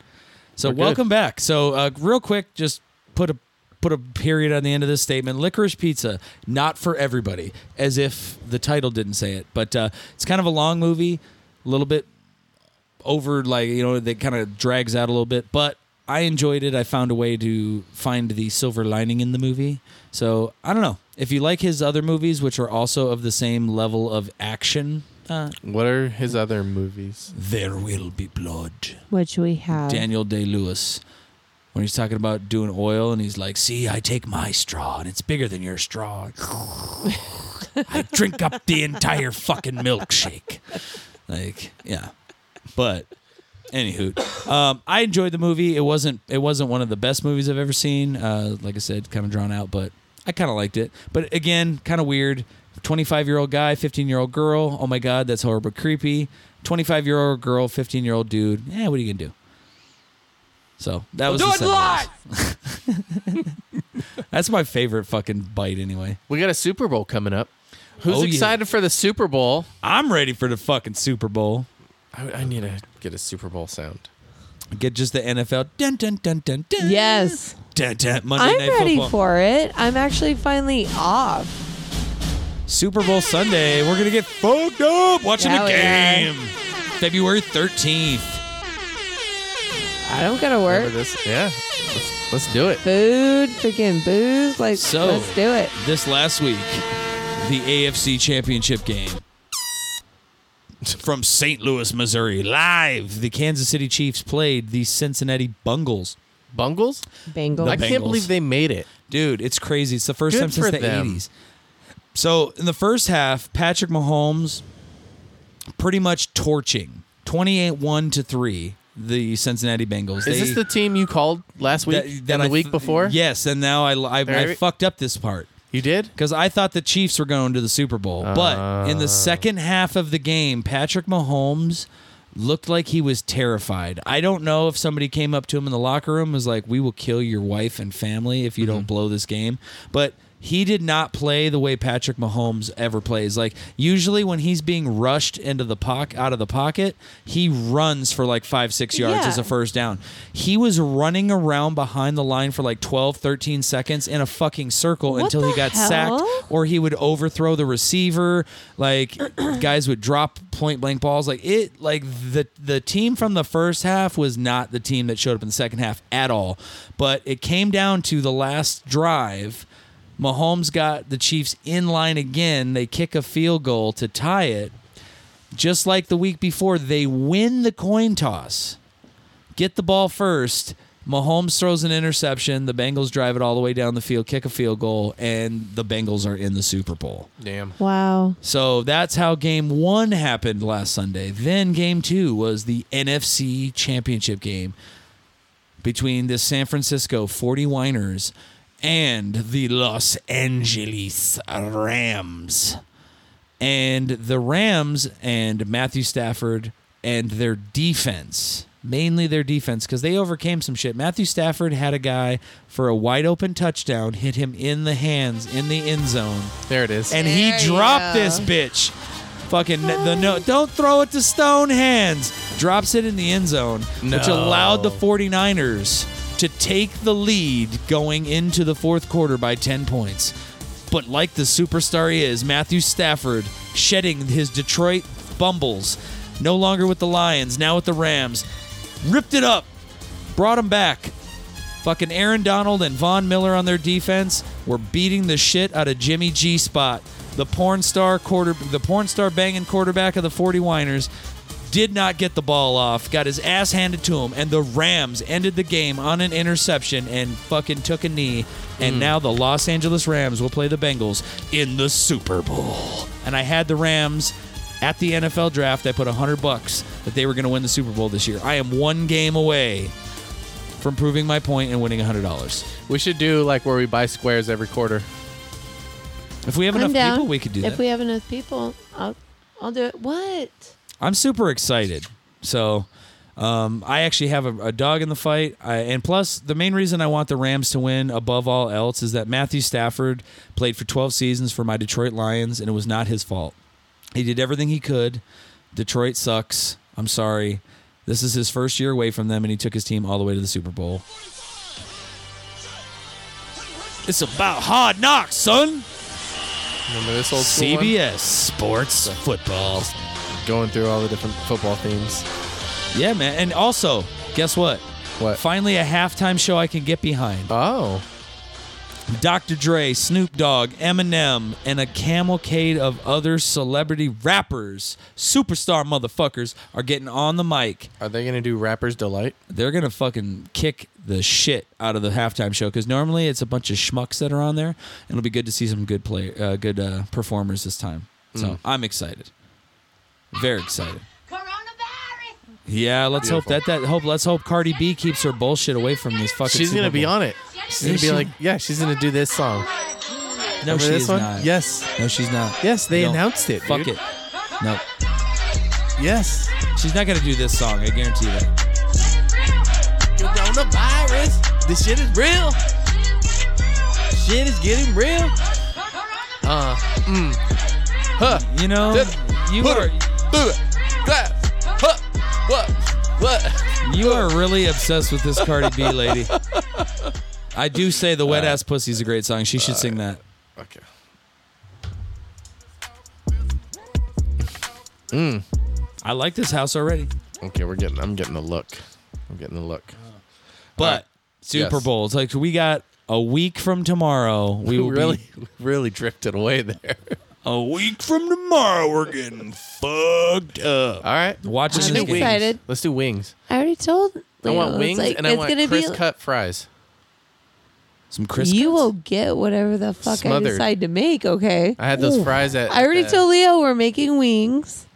So
We're good.
welcome back. So uh, real quick, just put a put a period on the end of this statement. Licorice pizza, not for everybody, as if the title didn't say it. But uh, it's kind of a long movie, a little bit over like you know that kind of drags out a little bit but i enjoyed it i found a way to find the silver lining in the movie so i don't know if you like his other movies which are also of the same level of action uh,
what are his other movies?
there will be blood
Which we have.
daniel day-lewis when he's talking about doing oil and he's like see i take my straw and it's bigger than your straw i drink up the entire fucking milkshake like yeah but anywho um, i enjoyed the movie it wasn't it wasn't one of the best movies i've ever seen uh, like i said kind of drawn out but i kind of liked it but again kind of weird 25 year old guy 15 year old girl oh my god that's horrible creepy 25 year old girl 15 year old dude yeah what are you gonna do so that
We'll
was
do
the
it
seven
live.
days. that's my favorite fucking bite anyway
We got a Super Bowl coming up. Who's
Oh, yeah.
excited for the Super Bowl?
i'm ready for the fucking super bowl
I, I need to get a Super Bowl sound.
get just the nfl dun dun dun dun dun
Yes.
dun, dun, Monday
I'm
Night
ready
Football.
for it. I'm actually finally off.
Super Bowl Sunday. We're gonna get fucked up watching
Yeah,
the
we
game. February thirteenth.
I don't gotta
Remember
work.
this? Yeah. Let's, let's do it.
Food, freaking booze. Like,
So-
let's do it.
This last week, the AFC Championship game from St. Louis, Missouri, live. The Kansas City Chiefs played the Cincinnati Bungles.
Bungles?
Bengals.
I can't
Bengals.
believe they made it.
Dude, it's crazy. It's the first
Good
time since
for
the
them.
80s. So, in the first half, Patrick Mahomes pretty much torching 28-1 to 3 the Cincinnati Bengals.
Is
They-
this the team you called last week
that-
and
that
the
I
week
th-
before?
Yes, and now I I, I
Very-
fucked up this part
You did?
because I thought the Chiefs were going to the Super Bowl, but in the second half of the game, Patrick Mahomes looked like he was terrified. I don't know if somebody came up to him in the locker room and was like, "We will kill your wife and family if you don't blow this game." But he did not play the way Patrick Mahomes ever plays. Like usually when he's being rushed into the pocket out of the pocket, he runs for like 5-6 yards
Yeah.
as a first down. He was running around behind the line for like 12 13 seconds in a fucking circle
What
until he
the
got
hell?
sacked or he would overthrow the receiver. Like guys would drop point blank balls. Like it, like the the team from the first half was not the team that showed up in the second half at all. But it came down to the last drive. Mahomes got the Chiefs in line again. They kick a field goal to tie it. Just like the week before, they win the coin toss get the ball first. Mahomes throws an interception. The Bengals drive it all the way down the field, kick a field goal, and the Bengals are in the Super Bowl.
Damn.
Wow.
So that's how game one happened last Sunday. Then game two was the NFC championship game between the San Francisco 40 Winers and the Los Angeles Rams. And the Rams and Matthew Stafford and their defense, mainly their defense, because they overcame some shit. Matthew Stafford had a guy for a wide open touchdown, hit him in the hands, in the end zone
There it is.
and he
There you
dropped
go.
this bitch. Fucking the no, don't throw it to Stone Hands. Drops it in the end zone, which
No.
allowed the 49ers to take the lead going into the fourth quarter by 10 points. But like the superstar he is, Matthew Stafford shedding his Detroit bumbles, no longer with the Lions, now with the Rams, ripped it up, brought him back, Fucking Aaron Donald and Von Miller on their defense were beating the shit out of Jimmy G spot. The porn star quarter the porn star banging quarterback of the 40 Winers did not get the ball off, got his ass handed to him, and the Rams ended the game on an interception and fucking took a knee. And now the Los Angeles Rams will play the Bengals in the Super Bowl. And I had the Rams at the NFL draft. I put 100 bucks that they were going to win the Super Bowl this year. I am one game away from proving my point and winning $100.
We should do like where we buy squares every quarter.
If we have
I'm
enough
down.
people, we could do
if
that.
we have enough people, I'll I'll do it. What?
I'm super excited. So um, I actually have a, a dog in the fight. I, and plus, the main reason I want the Rams to win above all else is that Matthew Stafford played for 12 seasons for my Detroit Lions, and it was not his fault. He did everything he could. Detroit sucks. I'm sorry. This is his first year away from them, and he took his team all the way to the Super Bowl. It's about hard knocks, son.
Remember this old school one?
CBS Sports Football.
Going through all the different football themes.
Yeah, man. And also, guess what?
What?
Finally, a halftime show I can get behind.
Oh,
Dr. Dre, Snoop Dogg, Eminem, and a camelcade of other celebrity rappers, superstar motherfuckers, are getting on the mic.
are they gonna do rappers delight?
They're gonna fucking kick the shit out of the halftime show because normally it's a bunch of schmucks that are on there, and it'll be good to see some good play, uh, good uh, performers this time. So I'm excited, very excited.
Coronavirus!
Yeah, let's hope that that hope let's hope Cardi B keeps her bullshit away from this fucking.
She's gonna
Super
be
Bowl.
on it. She's gonna
Is
be
she?
like, yeah, she's gonna do this song.
No,
Remember
she
this
is
one?
not.
Yes,
No, she's not.
yes, they
You don't-
announced it.
Fuck
dude.
it. No,
Yes.
she's not gonna do this song. I guarantee that.
Coronavirus. This shit is real. Shit is getting real. Uh. Mm. Huh.
You know, you
Put
are
her. Do it. Clap. Huh. What? What?
you are really obsessed with this Cardi B lady. I do say the wet ass pussy is a great song. She should sing that.
Okay.
I like this house already.
Okay, we're getting. I'm getting a look. I'm getting a look.
But
right.
Super
Yes.
Bowl. It's like we got a week from tomorrow. We will be-
really drifted away there.
a week from tomorrow. We're getting fucked up.
All right.
Watching
I'm
this game.
excited.
Let's do wings.
I already told.
I
Leo,
want
it's
wings
like-
and I
it's
want
gonna
crisp
be,
cut fries.
Some Chris.
You will get whatever the fuck
Smothered.
I decide to make. Okay.
I had those fries at. uh,
I already
at-
told Leo we're making wings.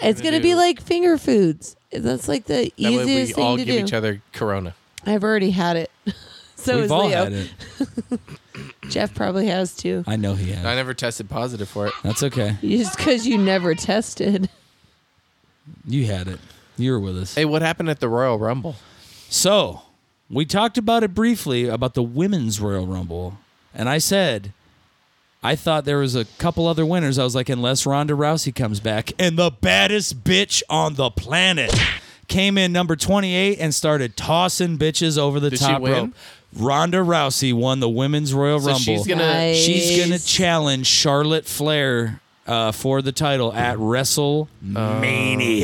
It's
gonna
gonna be
do-
like finger foods. That's like the
That way we
easiest
all
thing to
give
do.
each other Corona.
I've already had it. so
We've
is
all
Leo.
had it.
Jeff probably has too.
I know he had.
I
It.
never tested positive for it.
That's okay.
Just because you never tested.
You had it. You were with us.
Hey, what happened at the Royal Rumble?
So we talked about it briefly about the women's Royal Rumble, and I said I thought there was a couple other winners. I was like, unless Ronda Rousey comes back, and the baddest bitch on the planet came in number 28 and started tossing bitches over the
Did she
top
win?
rope. Ronda Rousey won the women's Royal
So
Rumble.
she's gonna
Nice.
She's gonna challenge Charlotte Flair uh, for the title at WrestleMania.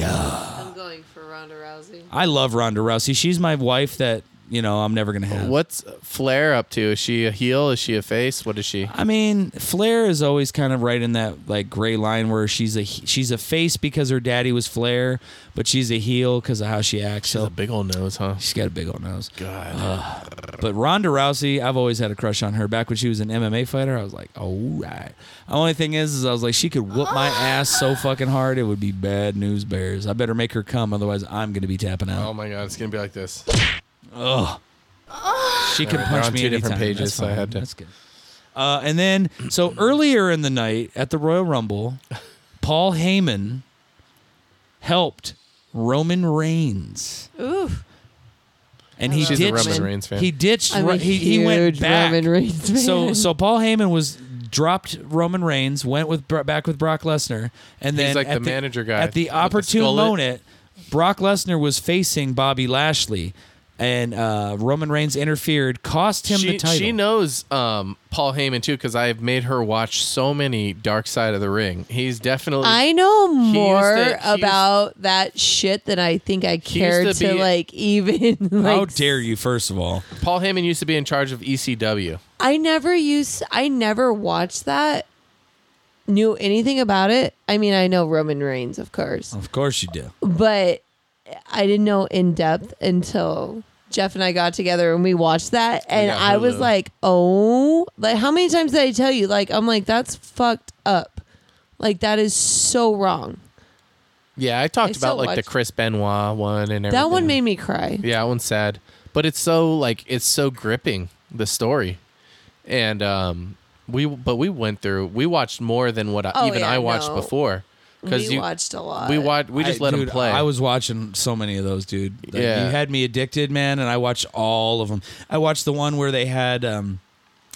I'm going for Ronda Rousey.
I love Ronda Rousey. She's my wife that you know I'm never gonna have.
What's Flair up to? Is she a heel? Is she a face? What is she?
I mean, Flair is always kind of right in that like gray line where she's a she's a face because her daddy was Flair, but she's a heel because of how she acts. so
big old nose, huh?
she's got a big old nose. Uh,
God.
But Ronda Rousey, I've always had a crush on her. Back when she was an MMA fighter, I was like, all right. The only thing is, is I was like, she could whoop my ass so fucking hard, it would be bad news bears. I better make her come, otherwise I'm gonna be tapping
oh
out.
my God, it's gonna be like this.
she could
They're
punch
on
me
two different
anytime.
pages,
That's
so I
fine.
had to-
That's good. Uh, and then, so earlier in the night at the Royal Rumble, Paul Heyman helped Roman Reigns.
Ooh,
And he
love She's a
ditched.
Roman
Reigns fan.
He ditched.
I'm a
Ro- he, he went
huge
back.
Roman Reigns fan.
So so Paul Heyman was dropped Roman Reigns, went with Bro- back with Brock Lesnar, and then
like
at
the manager guy
At the
with the
opportune
skullet.
moment, Brock Lesnar was facing Bobby Lashley, and uh, Roman Reigns interfered, cost him
she,
the title.
she knows um, Paul Heyman too because I've made her watch so many Dark Side of the Ring. He's definitely.
I know
used
more
to- he used-
about that shit than I think I care to,
to be-
like even like.
How dare you? First of all,
Paul Heyman used to be in charge of E ECW.
I never used. I never watched that. Knew anything about it? I mean, I know Roman Reigns, of course,
of course you do.
but I didn't know in depth until Jeff and I got together and we watched that, and
got
I was
Hulu.
like, "Oh, like how many times did I tell you? Like, I'm like, that's fucked up. Like, that is so wrong.
Yeah, I
I
talked
still
about like the
watch-
Chris Benoit one and everything.
That one made me cry.
Yeah, that one's sad, but it's so like it's so gripping the story, and um, we but we went through we watched more than what I,
Oh,
even
yeah,
I watched
no.
before
We
because you
watched a lot.
we watched we just
I-
let
dude,
him play.
I was watching so many of those, dude. Like,
Yeah.
you had me addicted, man, and I watched all of them. I watched the one where they had um,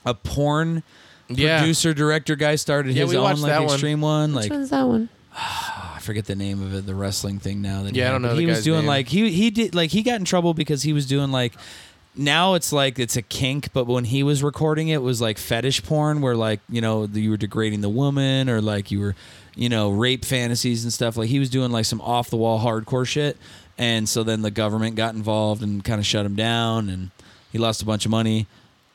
a porn
Yeah.
producer director guy started
Yeah,
his
we
own
watched
like
that one.
extreme one.
Which
Like
one's that one?
I forget the name of it, the wrestling thing now. That he
Yeah, I
had,
don't know
but
the
He was
guy's
doing
name.
like he he did like he got in trouble because he was doing like. Now it's like it's a kink, but when he was recording it, it was like fetish porn, where like you know you were degrading the woman or like you were, you know, rape fantasies and stuff. Like he was doing like some off the wall hardcore shit, and so then the government got involved and kind of shut him down, and he lost a bunch of money.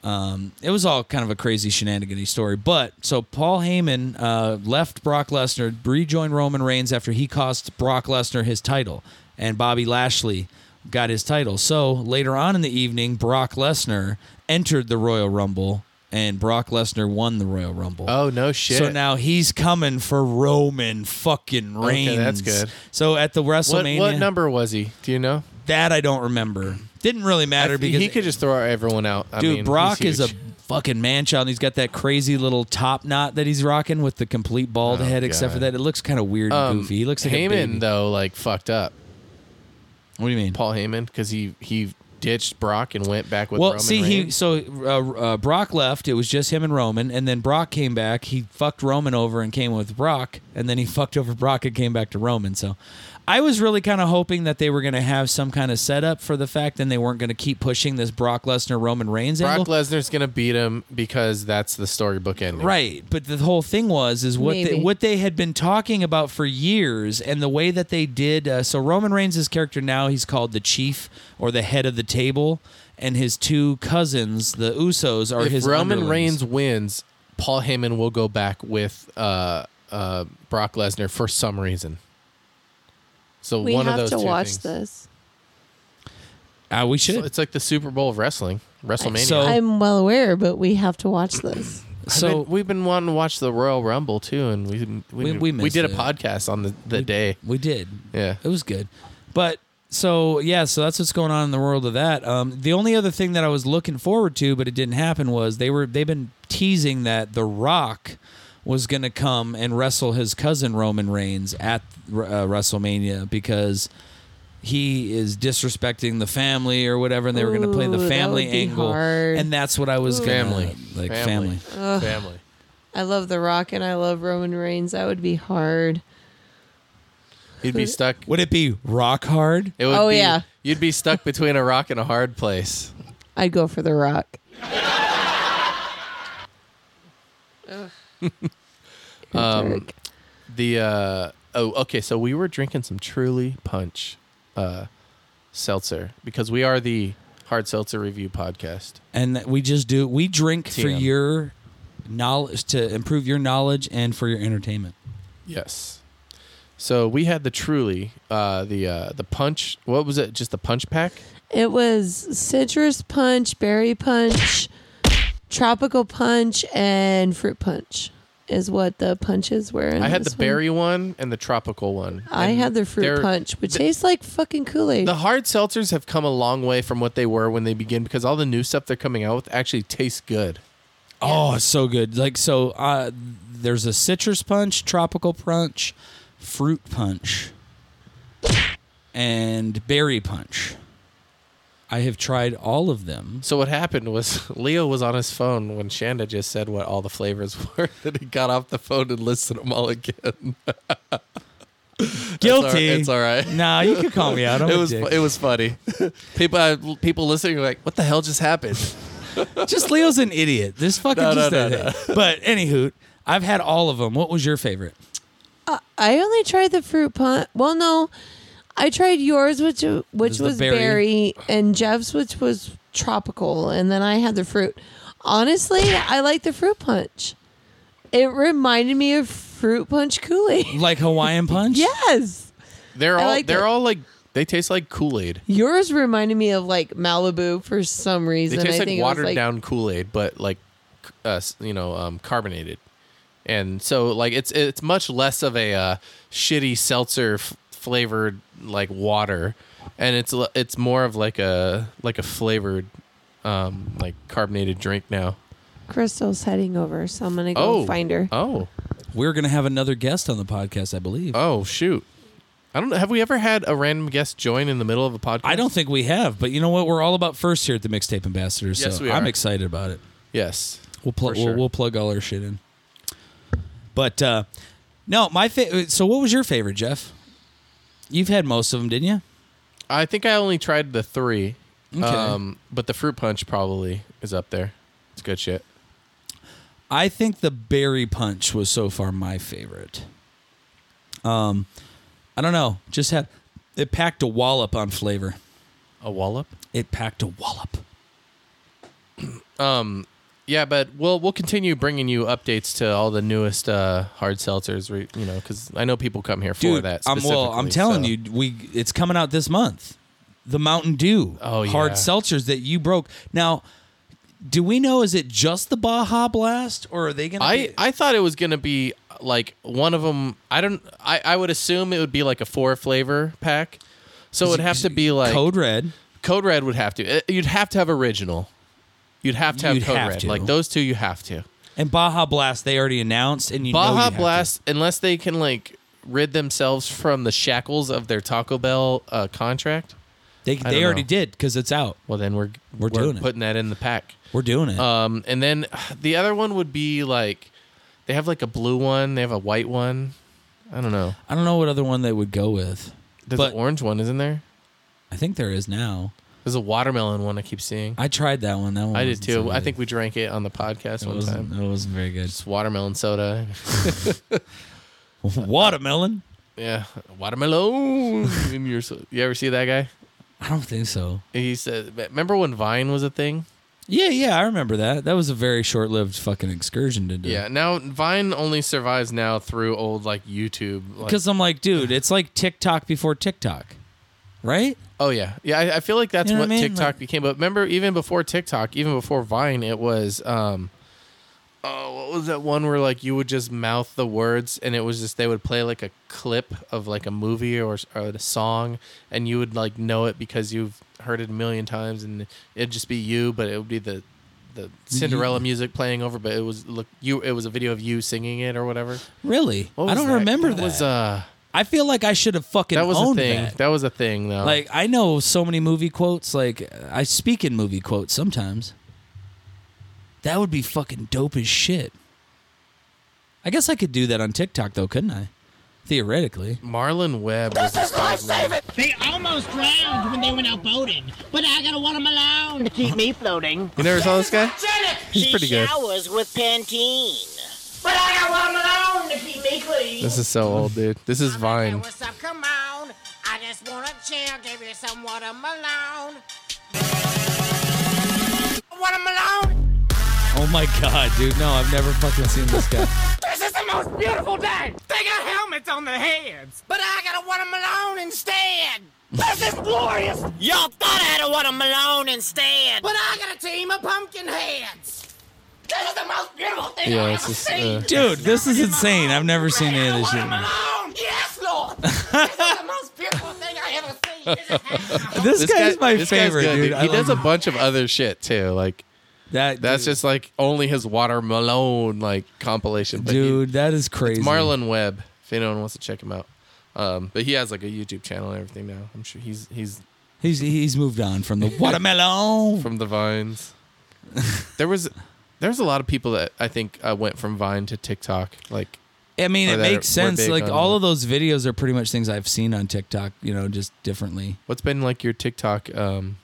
Um, it was all kind of a crazy shenanigany story. But so Paul Heyman uh, left Brock Lesnar, rejoined Roman Reigns after he cost Brock Lesnar his title, and Bobby Lashley got his title. So later on in the evening, Brock Lesnar entered the Royal Rumble, and Brock Lesnar won the Royal Rumble.
oh no shit!
So now he's coming for Roman fucking Reigns.
Okay, that's good.
So at the
what
WrestleMania,
what number was he? Do you know?
that I don't remember. Didn't really matter because
he could just throw everyone out. I
Dude,
mean,
Brock is
he's
a
huge.
fucking man child. And he's got that crazy little top knot that he's rocking with the complete bald head, except for
Oh, God.
that it looks kind of weird and
Um,
goofy. He looks like
Heyman
a baby.
though, like fucked up.
what do you mean?
Paul Heyman because he he ditched Brock and went back with
well,
Roman
see, he
Reigns.
so uh, uh, Brock left. It was just him and Roman, and then Brock came back. He fucked Roman over and came with Brock, and then he fucked over Brock and came back to Roman. So, I was really kind of hoping that they were going to have some kind of setup for the fact, and they weren't going to keep pushing this Brock Lesnar Roman Reigns angle.
Brock Lesnar's gonna beat him because that's the storybook ending.
Right, but the whole thing was is what they,
Maybe.
what they had been talking about for years, and the way that they did. Uh, so Roman Reigns' character now he's called the Chief or the head of the table, and his two cousins, the Usos, are
If
his
Roman
underlings.
Reigns wins, Paul Heyman will go back with uh, uh, Brock Lesnar for some reason. So
We
one
have
of those
to
two
watch
things.
this.
Ah, we
So
should.
it's like the Super Bowl of wrestling, WrestleMania.
So-
I've
I'm well aware, but we have to watch this.
So
been- we've been wanting to watch the Royal Rumble too, and we we
We- we missed
did a
it.
podcast on the, the day.
we did.
Yeah.
It was good. But so yeah, so that's what's going on in the world of that. Um, the only other thing that I was looking forward to, but it didn't happen, was they were they've been teasing that The Rock was going to come and wrestle his cousin Roman Reigns at uh, WrestleMania because he is disrespecting the family or whatever, and they were going to play
Ooh,
the
that
family
would be
angle,
hard.
and that's what I was going
Family.
like
Family.
family.
Family.
I love The Rock and I love Roman Reigns. That would be hard.
You'd be stuck.
Would it be rock hard?
It would
Oh,
be,
yeah.
You'd be stuck between a rock and a hard place.
I'd go for The Rock. You're
Um,
dark.
The uh oh okay, so we were drinking some truly punch uh seltzer because we are the hard seltzer review podcast.
and that we just do we drink for
TM.
your knowledge to improve your knowledge and for your entertainment.
Yes. So we had the truly uh the uh the punch what was it? Just the punch pack?
It was citrus punch, berry punch, tropical punch, and fruit punch is what the punches were. In
I had the
this one.
berry one and the tropical one.
I
And
had the fruit
they're-
punch, which tastes like fucking Kool Aid.
The hard seltzers have come a long way from what they were when they begin because all the new stuff they're coming out with actually tastes good.
Oh, it's so good. Like so uh there's a citrus punch, tropical punch, fruit punch, and berry punch. I have tried all of them.
So what happened was Leo was on his phone when Shanda just said what all the flavors were. Then he got off the phone and listed them all again.
Guilty.
It's all right.
Nah, you can call me out. I'm
it
a
was
dick.
it was funny. people uh, people listening were like, "What the hell just happened?"
just Leo's an idiot. This fucking
No,
just
no,
a
no,
But anywho, I've had all of them. What was your favorite?
I only tried the fruit punch. Well, no, I tried yours, which which
Is
was,
the berry.
berry. and Jeff's, which was tropical, and then I had the fruit. Honestly, I like the fruit punch. It reminded me of fruit punch Kool Aid.
Like Hawaiian punch?
yes,
They're
I
all
like
they're
it.
all like they taste like Kool Aid.
yours reminded me of like Malibu for some
They
reason. I
taste like
think it was,
watered down Kool Aid, but like c- uh, s- you know um, carbonated. And so like it's it's much less of a uh, shitty seltzer f- flavored like water, and it's l- it's more of like a like a flavored um, like carbonated drink now.
Crystal's heading over, so I'm gonna go
oh,
find her.
Oh,
We're going to have another guest on the podcast, I believe.
oh shoot! I don't know. Have we ever had a random guest join in the middle of a podcast?
I don't think we have, but you know what? We're all about first here at the Mixtape Ambassadors,
Yes,
so
we
I'm
are.
excited about it.
Yes.
We'll, pl-
For
we'll
sure.
we'll plug all our shit in. But uh no, my favorite. So, what was your favorite, Jeff? You've had most of them, didn't you?
I think I only tried the three.
Okay.
Um, but the fruit punch probably is up there. It's good shit.
I think the berry punch was so far my favorite. Um, I don't know. Just had it packed a wallop on flavor.
A wallop.
It packed a wallop.
Yeah, but we'll we'll continue bringing you updates to all the newest uh, hard seltzers. Re- you know, because I know people come here for
Dude,
that.
I'm well. I'm
specifically,
telling
so.
you, we it's coming out this month. The Mountain Dew,
Oh, yeah.
hard seltzers that you broke. Now, do we know is it just the Baja Blast, or are they gonna?
I
be-
I thought it was gonna be like one of them. I don't. I I would assume it would be like a four flavor pack. So it would have to be like
Code Red.
Code Red would have to. Uh, You'd have to have original. You'd have to have
You'd
Code
have
Red.
to.
Like those two, you have to.
And Baja Blast, they already announced, and you know you
Baja
have to.
Blast, unless they can like rid themselves from the shackles of their Taco Bell uh, contract,
They,
I
they
don't
already
know.
did because it's out.
well then we're
We're doing it.
putting that in the pack.
We're doing it.
Um, and then the other one would be like they have like a blue one, they have a white one. I don't know.
I don't know what other one they would go with.
There's
But-
an orange one, isn't there?
I think there is now.
There's a watermelon one I keep seeing.
I tried that one. That one
I, did
wasn't
too.
so
I
good.
think we drank it on the podcast
it
one
wasn't,
time.
it wasn't very good.
It's watermelon soda.
Watermelon?
yeah, watermelon. in your so- you ever see that guy?
I don't think so.
He said, "Remember when Vine was a thing?"
Yeah, yeah, I remember that. That was a very short-lived fucking excursion to do.
Yeah, now Vine only survives now through old like YouTube. Like,
because I'm like, dude, it's like TikTok before TikTok, right?
oh yeah, yeah, I, I feel like that's
You know
what,
what I mean?
TikTok
Like-
became. But remember, even before TikTok, even before Vine, it was um, oh, what was that one where like you would just mouth the words and it was just they would play like a clip of like a movie or, or a song and you would like know it because you've heard it a million times and it'd just be you, but it would be the the Cinderella music playing over, but it was look you. It was a video of you singing it or whatever.
Really?
What
I
was
don't
that?
remember that.
Was uh,
I feel like I should have fucking
that was a
owned
thing.
that.
That. was a thing though.
Like I know so many movie quotes. Like I speak in movie quotes sometimes. That would be fucking dope as shit. I guess I could do that on TikTok though, couldn't I? Theoretically.
Marlon Webb. was this guy's name.
They almost drowned when they went out boating, but I got one of them alone to keep me floating.
You never saw this guy? He's
she
pretty good.
showers with Pantene, but I got one of them alone to keep me clean.
This is so old, dude. This is
Hey,
Vine.
what's up? Come on. I just want to chill, give you some water Malone. Water Malone.
Oh my god, dude! No, I've never fucking seen this guy.
This is the most beautiful day. They got helmets on their heads, but I got a water Malone instead. This is glorious. Y'all thought I had a water Malone instead, but I got a team of pumpkin heads. This is the most beautiful thing
Yeah,
I've
it's
ever
just.
seen.
Uh,
Dude, this is insane. I've never seen any of this shit. man.
Malone. Yes, Lord. this is the most beautiful thing I ever seen. This is
Oh,
how-
This,
this
guy is
guy-
my
this guy's
favorite,
good,
dude. I
He
love
does a
him.
bunch of other shit too. Like
that.
that's
dude,
just like only his watermelon like compilation. But he-
dude. That is crazy.
it's Marlon Webb. If anyone wants to check him out, um, but he has like a YouTube channel and everything now. I'm sure he's he's
He's he's moved on from the watermelon.
from the vines. there was there's a lot of people that I think uh, went from Vine to TikTok. Like
I mean,
Or
it
that are-
makes
were
sense.
big
Like
on
all
the-
of those videos are pretty much things I've seen on TikTok. You know, just differently.
what's been like your TikTok um,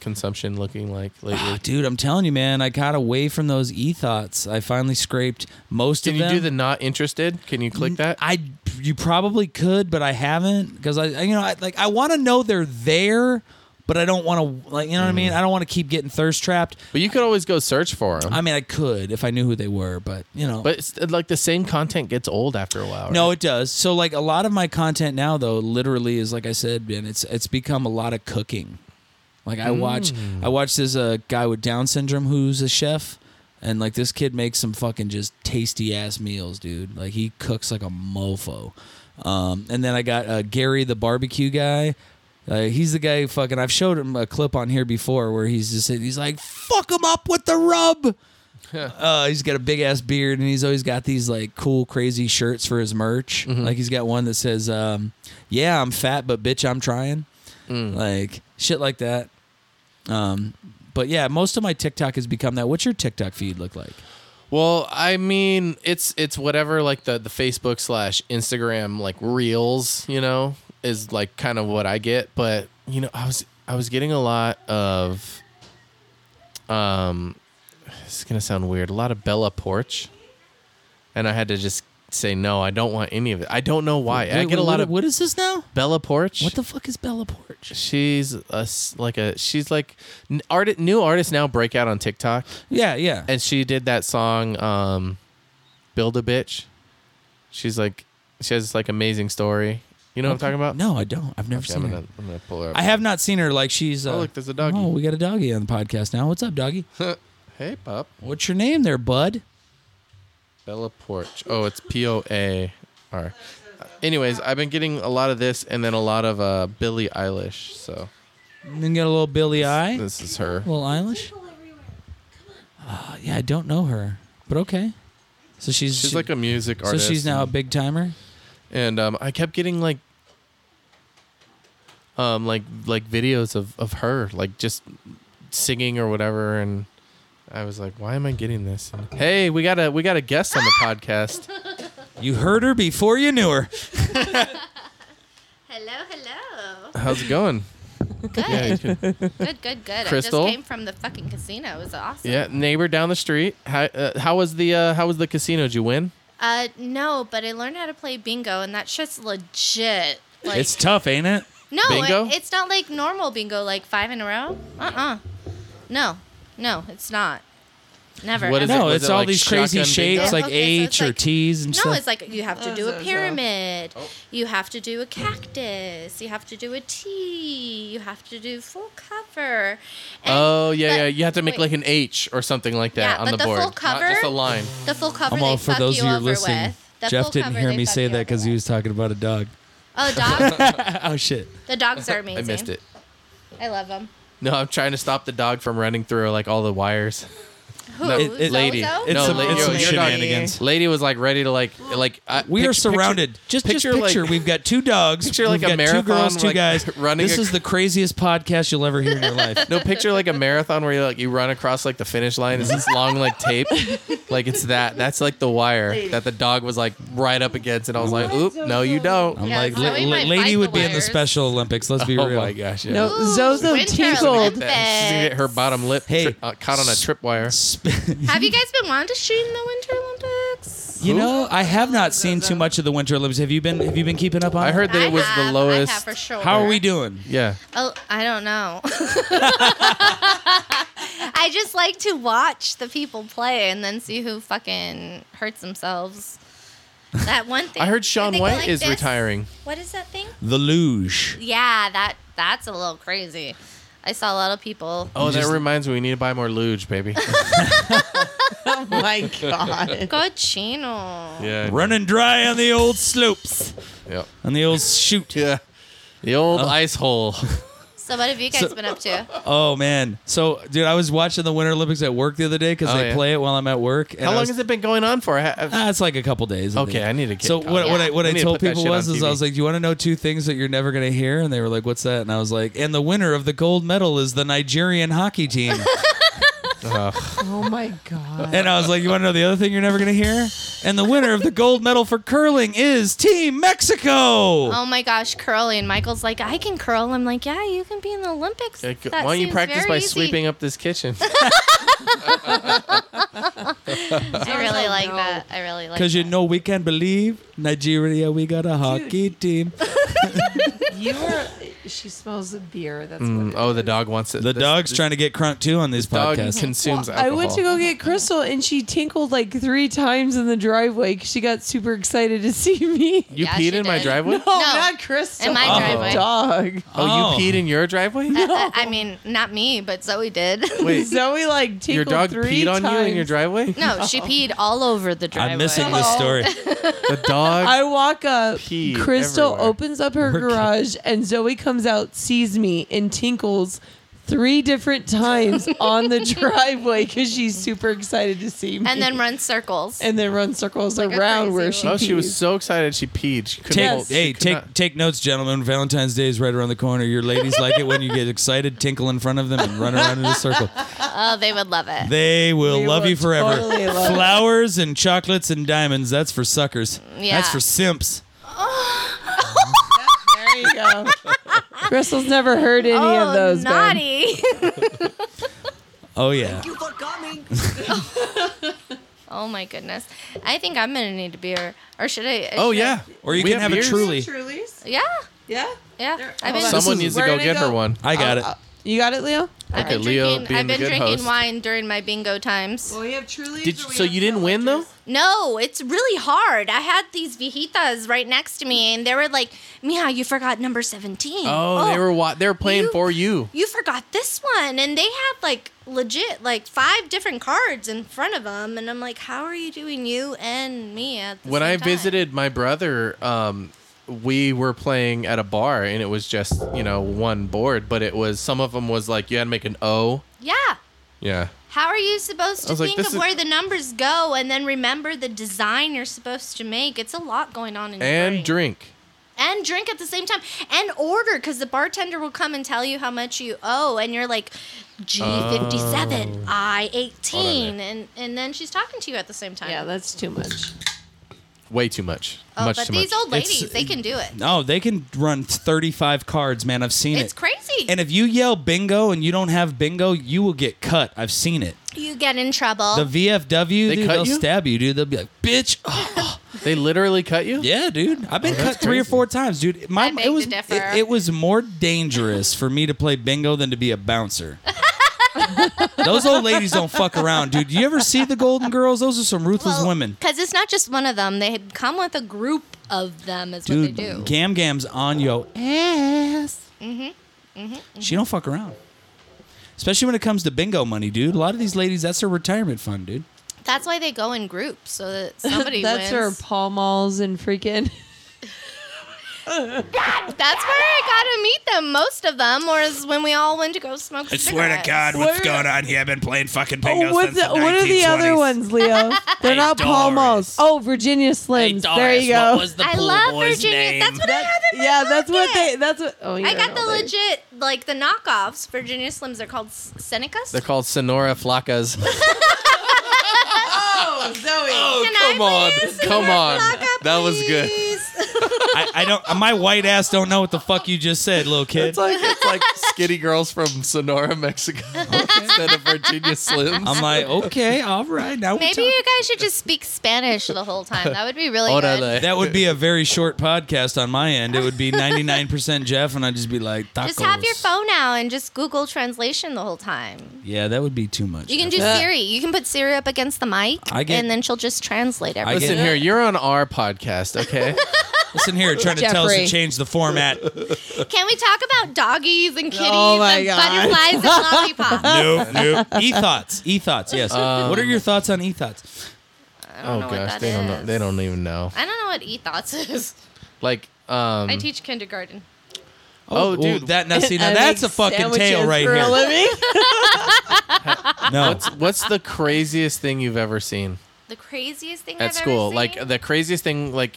consumption looking like lately?
Ah, dude, I'm telling you, man, I got away from those e thoughts. I finally scraped most
Can
of
you
them.
do the not interested? Can you click that?
I you probably could, but I haven't because I, I- you know I, like I want to know they're there, but I don't want to like you know what
Mm-hmm.
I mean. I don't want to keep getting thirst trapped.
But you could always go search for them.
I mean, I could if I knew who they were, but you know,
But it's, like the same content gets old after a while.
no,
right?
it does. So like a lot of my content now though, literally is like I said, man, it's it's become a lot of cooking. Like I watch I watch this uh, guy with Down syndrome who's a chef, and like this kid makes some fucking just tasty ass meals, dude. Like he cooks like a mofo. Um, and then I got uh, Gary the barbecue guy. Uh, he's the guy who fucking. I've showed him a clip on here before where he's just he's like fuck him up with the rub. Uh, he's got a big ass beard and he's always got these like cool crazy shirts for his merch.
Mm-hmm.
Like he's got one that says, um, "Yeah, I'm fat, but bitch, I'm trying."
Mm.
Like shit like that. Um, but yeah, most of my TikTok has become that. What's your TikTok feed look like?
Well, I mean, it's it's whatever like the the Facebook slash Instagram like reels, you know, is like kind of what I get. But you know, I was I was getting a lot of, um, it's gonna sound weird, a lot of Bella Porch, and I had to just say no, I don't want any of it. I don't know why. I
Wait,
get a
what-
lot
what-
of
what is this now?
Bella Porch.
What the fuck is Bella Porch?
She's a s- like a she's like n- art new artists now break out on TikTok
Yeah, yeah.
and she did that song um build a bitch she's like she has this like amazing story you know what i'm talking about
No, I don't. I've never
Okay,
seen
I'm,
her.
gonna, I'm gonna pull her up
I have not seen her. Like she's. Uh,
Oh, look, there's a doggy.
Oh, we got a doggy on the podcast now. What's up, doggy?
hey pop
What's your name there, bud?
bella porch oh it's p-o-a-r anyways i've been getting a lot of this and then a lot of uh billie eilish so
And then get a little Billy Eye.
this is her
Little Eilish? Uh, yeah, I don't know her, but okay. So she's
she's
she-
like a music
so
artist
she's now a
and-
big timer.
and um, I kept getting like, um, like like videos of of her like just singing or whatever, and I was like, why am I getting this? And, hey, we got a we got a guest on the podcast.
You heard her before you knew her.
Hello, hello.
How's it going?
Good,
Yeah, you can-
good, good, good.
Crystal?
I just came from the fucking casino. It was awesome.
yeah, neighbor down the street. How uh, how was the uh, how was the casino? Did you win?
Uh, no, but I learned how to play bingo, and that shit's legit. Like,
It's tough, ain't it?
no,
Bingo?
it- it's not like normal bingo, like five in a row. Uh, uh No, no, it's not. Never.
What is
ever.
no,
Was
it's
it
all
like
these crazy
shotgun bingo?
shapes
Yeah,
like
okay, so
H
it's
or
like-
T's and
No,
stuff.
it's like you
Oh,
have to do a pyramid. You have to do a cactus. You have to do a T. You have to do full cover. And-
Oh yeah,
but-
yeah. You have to make
wait.
like an H or something like that
Yeah,
on
but
the
the full
board,
cover-
not just a line.
The full cover.
I'm
they
all for
fuck
those
you
of you
over
listening.
With. The
Jeff
full
didn't
cover,
hear
they
me
fuck
say
you
that
over
because he
with.
was talking about a dog.
Oh, dogs.
oh shit!
the dogs are
I
amazing.
missed it.
I love them.
No, I'm trying to stop the dog from running through like all the wires.
Who?
No,
Zozo?
it-
lady.
It's
No,
some,
lady,
it's some
you're not-
shenanigans.
Lady was like ready to like like. I,
We
pic-
are surrounded.
Picture,
just
picture,
just
like-
picture we've got two dogs.
picture like
we've
a
got
marathon,
two girls, two
like,
guys.
running
This
a-
is the craziest podcast you'll ever hear in your life.
no, picture like a marathon where you like you run across like the finish line. It's this long like tape, like it's that. That's like the wire that the dog was like right up against, and I was like, oop, no, you don't.
I'm
Yeah,
like,
so we
la-
might
la-
fight
lady
the
would be in the
wires.
Special Olympics. Let's be
oh
real.
my gosh, yeah.
No, Zozo
Winter
tinkled.
Olympics.
That- she's gonna get her bottom lip
Hey.
tri- uh, caught on a tripwire.
Sp-
Have you guys been wanting to shoot in the Winter Olympics?
you know, I have not seen too much of the Winter Olympics. Have you been? Have you been keeping up on?
I
it?
heard that
I
it was
have,
the
I have
lowest.
for sure.
How are we doing?
Yeah,
Oh, I don't know. I just like to watch the people play and then see who fucking hurts themselves. That one thing.
I heard
they
Shaun
go
White
like
is
this.
retiring.
What is that thing?
The luge.
Yeah, that that's a little crazy. I saw a lot of people.
Oh, that
just-
reminds me, we need to buy more luge, baby.
Oh my god.
Go Chino.
yeah,
Running dry on the old slopes,
Yep.
on the old chute.
Yeah. The old ice hole.
So what have you guys been up to?
Oh man! So, dude, I was watching the Winter Olympics at work the other day because
Oh,
they
yeah.
play it while I'm at work. and
How
I
long
was-
has it been going on for? I have-
Ah, it's like a couple days.
Okay,
think.
I need to get
So
caught
what,
up.
what I what
We
I
need to
told
put that
people
shit on
was is I
TV.
was like, "Do you want to know two things that you're never gonna hear?" And they were like, "What's that?" And I was like, "And the winner of the gold medal is the Nigerian hockey team."
Oh my god.
and I was like, "You want to know the other thing you're never gonna hear?" And the winner of the gold medal for curling is Team Mexico.
Oh my gosh, curly and Michael's like, I can curl. I'm like, yeah, you can be in the Olympics.
Like,
That
why don't you
seems
practice
very
by
easy.
sweeping up this kitchen?
I really like that. I really like.
Because you
that.
know we can believe Nigeria, we got a hockey team.
You were. She smells of beer. That's
Mm,
what.
oh, the dog wants it.
The dog's trying to get crunk too on these
Dog
podcasts.
consumes
I
alcohol.
went to go get Crystal, and she tinkled like three times in the driveway. 'cause she got super excited to see me.
You
Yeah,
peed
she
in my
did.
driveway?
Oh,
No.
not Crystal.
In my
Uh-huh.
Oh.
driveway.
Dog.
Oh,
Oh.
you peed in your driveway?
Uh, I mean, not me, but Zoe did.
Wait,
Zoe like tinkled
your dog
three
peed on you in your
times.
driveway?
no, she peed all over the driveway.
I'm missing this
Oh.
story.
The dog.
I walk up.
Pee
Crystal
everywhere.
opens up her garage, and Zoe comes out, sees me, and tinkles three different times on the driveway because she's super excited to see me.
And then run circles.
and then runs circles
a
around
crazy
where
one.
she.
oh, she was
pees.
so excited she peed. She couldn't
Take,
hold- she
hey,
could
take
not-
take notes, gentlemen. Valentine's Day is right around the corner. Your ladies like it when you get excited, tinkle in front of them, and run around in a circle.
oh, they would love it.
They will
We
love
will
you forever.
totally love it.
Flowers and chocolates and diamonds. That's for suckers.
Yeah.
That's for simps.
There you go. Crystal's never heard any
oh,
of those. babe.
naughty.
Oh yeah.
oh my goodness. I think I'm gonna need a beer, or should I? I
Oh,
should-
yeah.
Or you
We
can have, a
beers.
truly.
Yeah.
Yeah.
Yeah. I've been,
Hold
Someone
on. This is-
needs to
we're
go
gonna
get her
go-
one.
I got it.
You got it, Leo?
I've
Okay,
been
Leo
drinking,
being
I've
the
been
good
drinking
host.
wine during my bingo times.
Oh, we have Truly.
Did you, so you didn't win though?
No, it's really hard. I had these viejitas right next to me, and they were like, "Mija, you forgot number 17.
Oh, they were wa- they were playing
you-
for you.
you forgot this one and they had like legit like five different cards in front of them and i'm like how are you doing you and me at the
when
same
I
time?
visited my brother, um, we were playing at a bar and it was just you know one board, but it was some of them was like you had to make an O.
yeah
Yeah.
how are you supposed
I
to
was like,
think
this
of
is-
where the numbers go and then remember the design you're supposed to make it's a lot going on in your brain.
And drink.
and drink at the same time and order because the bartender will come and tell you how much you owe and you're like
Oh.
g57 i 18 and and then she's talking to you at the same time
Yeah, that's too much.
Way too much.
oh
much
but
too
these
much.
old ladies they can do it
No, they can run 35 cards, man. I've seen
it's
it.
crazy
And if you yell bingo and you don't have bingo, you will get cut. I've seen it.
You get in trouble.
The VFW,
They
dude,
cut
they'll
you?
stab you, dude. They'll be like, bitch. Oh,
they literally cut you.
yeah, dude. I've been cut three or
Oh, crazy.
four times, dude. My,
I beg
it
to
was it,
differ.
it was more dangerous for me to play bingo than to be a bouncer. Those old ladies don't fuck around, dude. You ever see the Golden Girls? Those are some ruthless women.
Because it's not just one of them. They had come with a group of them, is
Dude,
what they do.
Gam Gam's on yo ass. Mm-hmm,
mm-hmm,
She don't fuck around. Especially when it comes to bingo money, dude. A lot of these ladies, that's their retirement fund, dude.
That's why they go in groups so that somebody
That's her
wins.
Pall Malls and freaking.
That's where I got to meet them. Most of them was when we all went to go smoke
I swear to God,
Where-
what's going on here? I've been playing fucking bingo
Oh, what's
since
the,
the
what are the other
1920s.
ones, Leo? They're not Pall Malls.
Doris.
Oh, Virginia Slims. there you go.
the
I love Virginia. That's what I have in my
yeah, that's what
pocket.
they. That's what. Oh,
I got the legit, like the knockoffs. Virginia Slims. They're called S- Senecas.
They're called Sonora Flacas.
Oh, Zoe.
Can I
come on.
please?
Come
Can I
on.
block up,
That was good.
please?
I, I don't. My white ass don't know what the fuck you just said, little kid.
It's like it's like skinny girls from Sonora, Mexico, instead of Virginia Slims.
I'm like, okay, all right. Now we
Maybe
talk.
you guys should just speak Spanish the whole time. That would be really good.
Órale.
That would be a very short podcast on my end. It would be 99% Jeff, and I'd just be like, tacos.
Just have your phone out and just Google translation the whole time.
Yeah, that would be too much.
You can do Siri. You can put Siri up against the mic,
I get-
and then she'll just translate
I
everything.
get-
Listen here, you're on our podcast, okay?
Listen here, trying to tell us to
Jeffrey.
change the format.
Can we talk about doggies and kitties
Oh my
and
God.
butterflies and lollipops?
Nope, nope. E thoughts, e thoughts. Yes.
Um,
what are your thoughts on e thoughts?
I don't
oh
know what
gosh,
that
they don't know,
is.
they don't even know.
I don't know what e-thoughts is.
Like um
I teach kindergarten.
Oh, dude.
that now see now that's a fucking tale right
for A
here.
living.
No,
what's the craziest thing you've ever seen
The craziest thing
at
I've
school?
ever
Like
seen?
the craziest thing like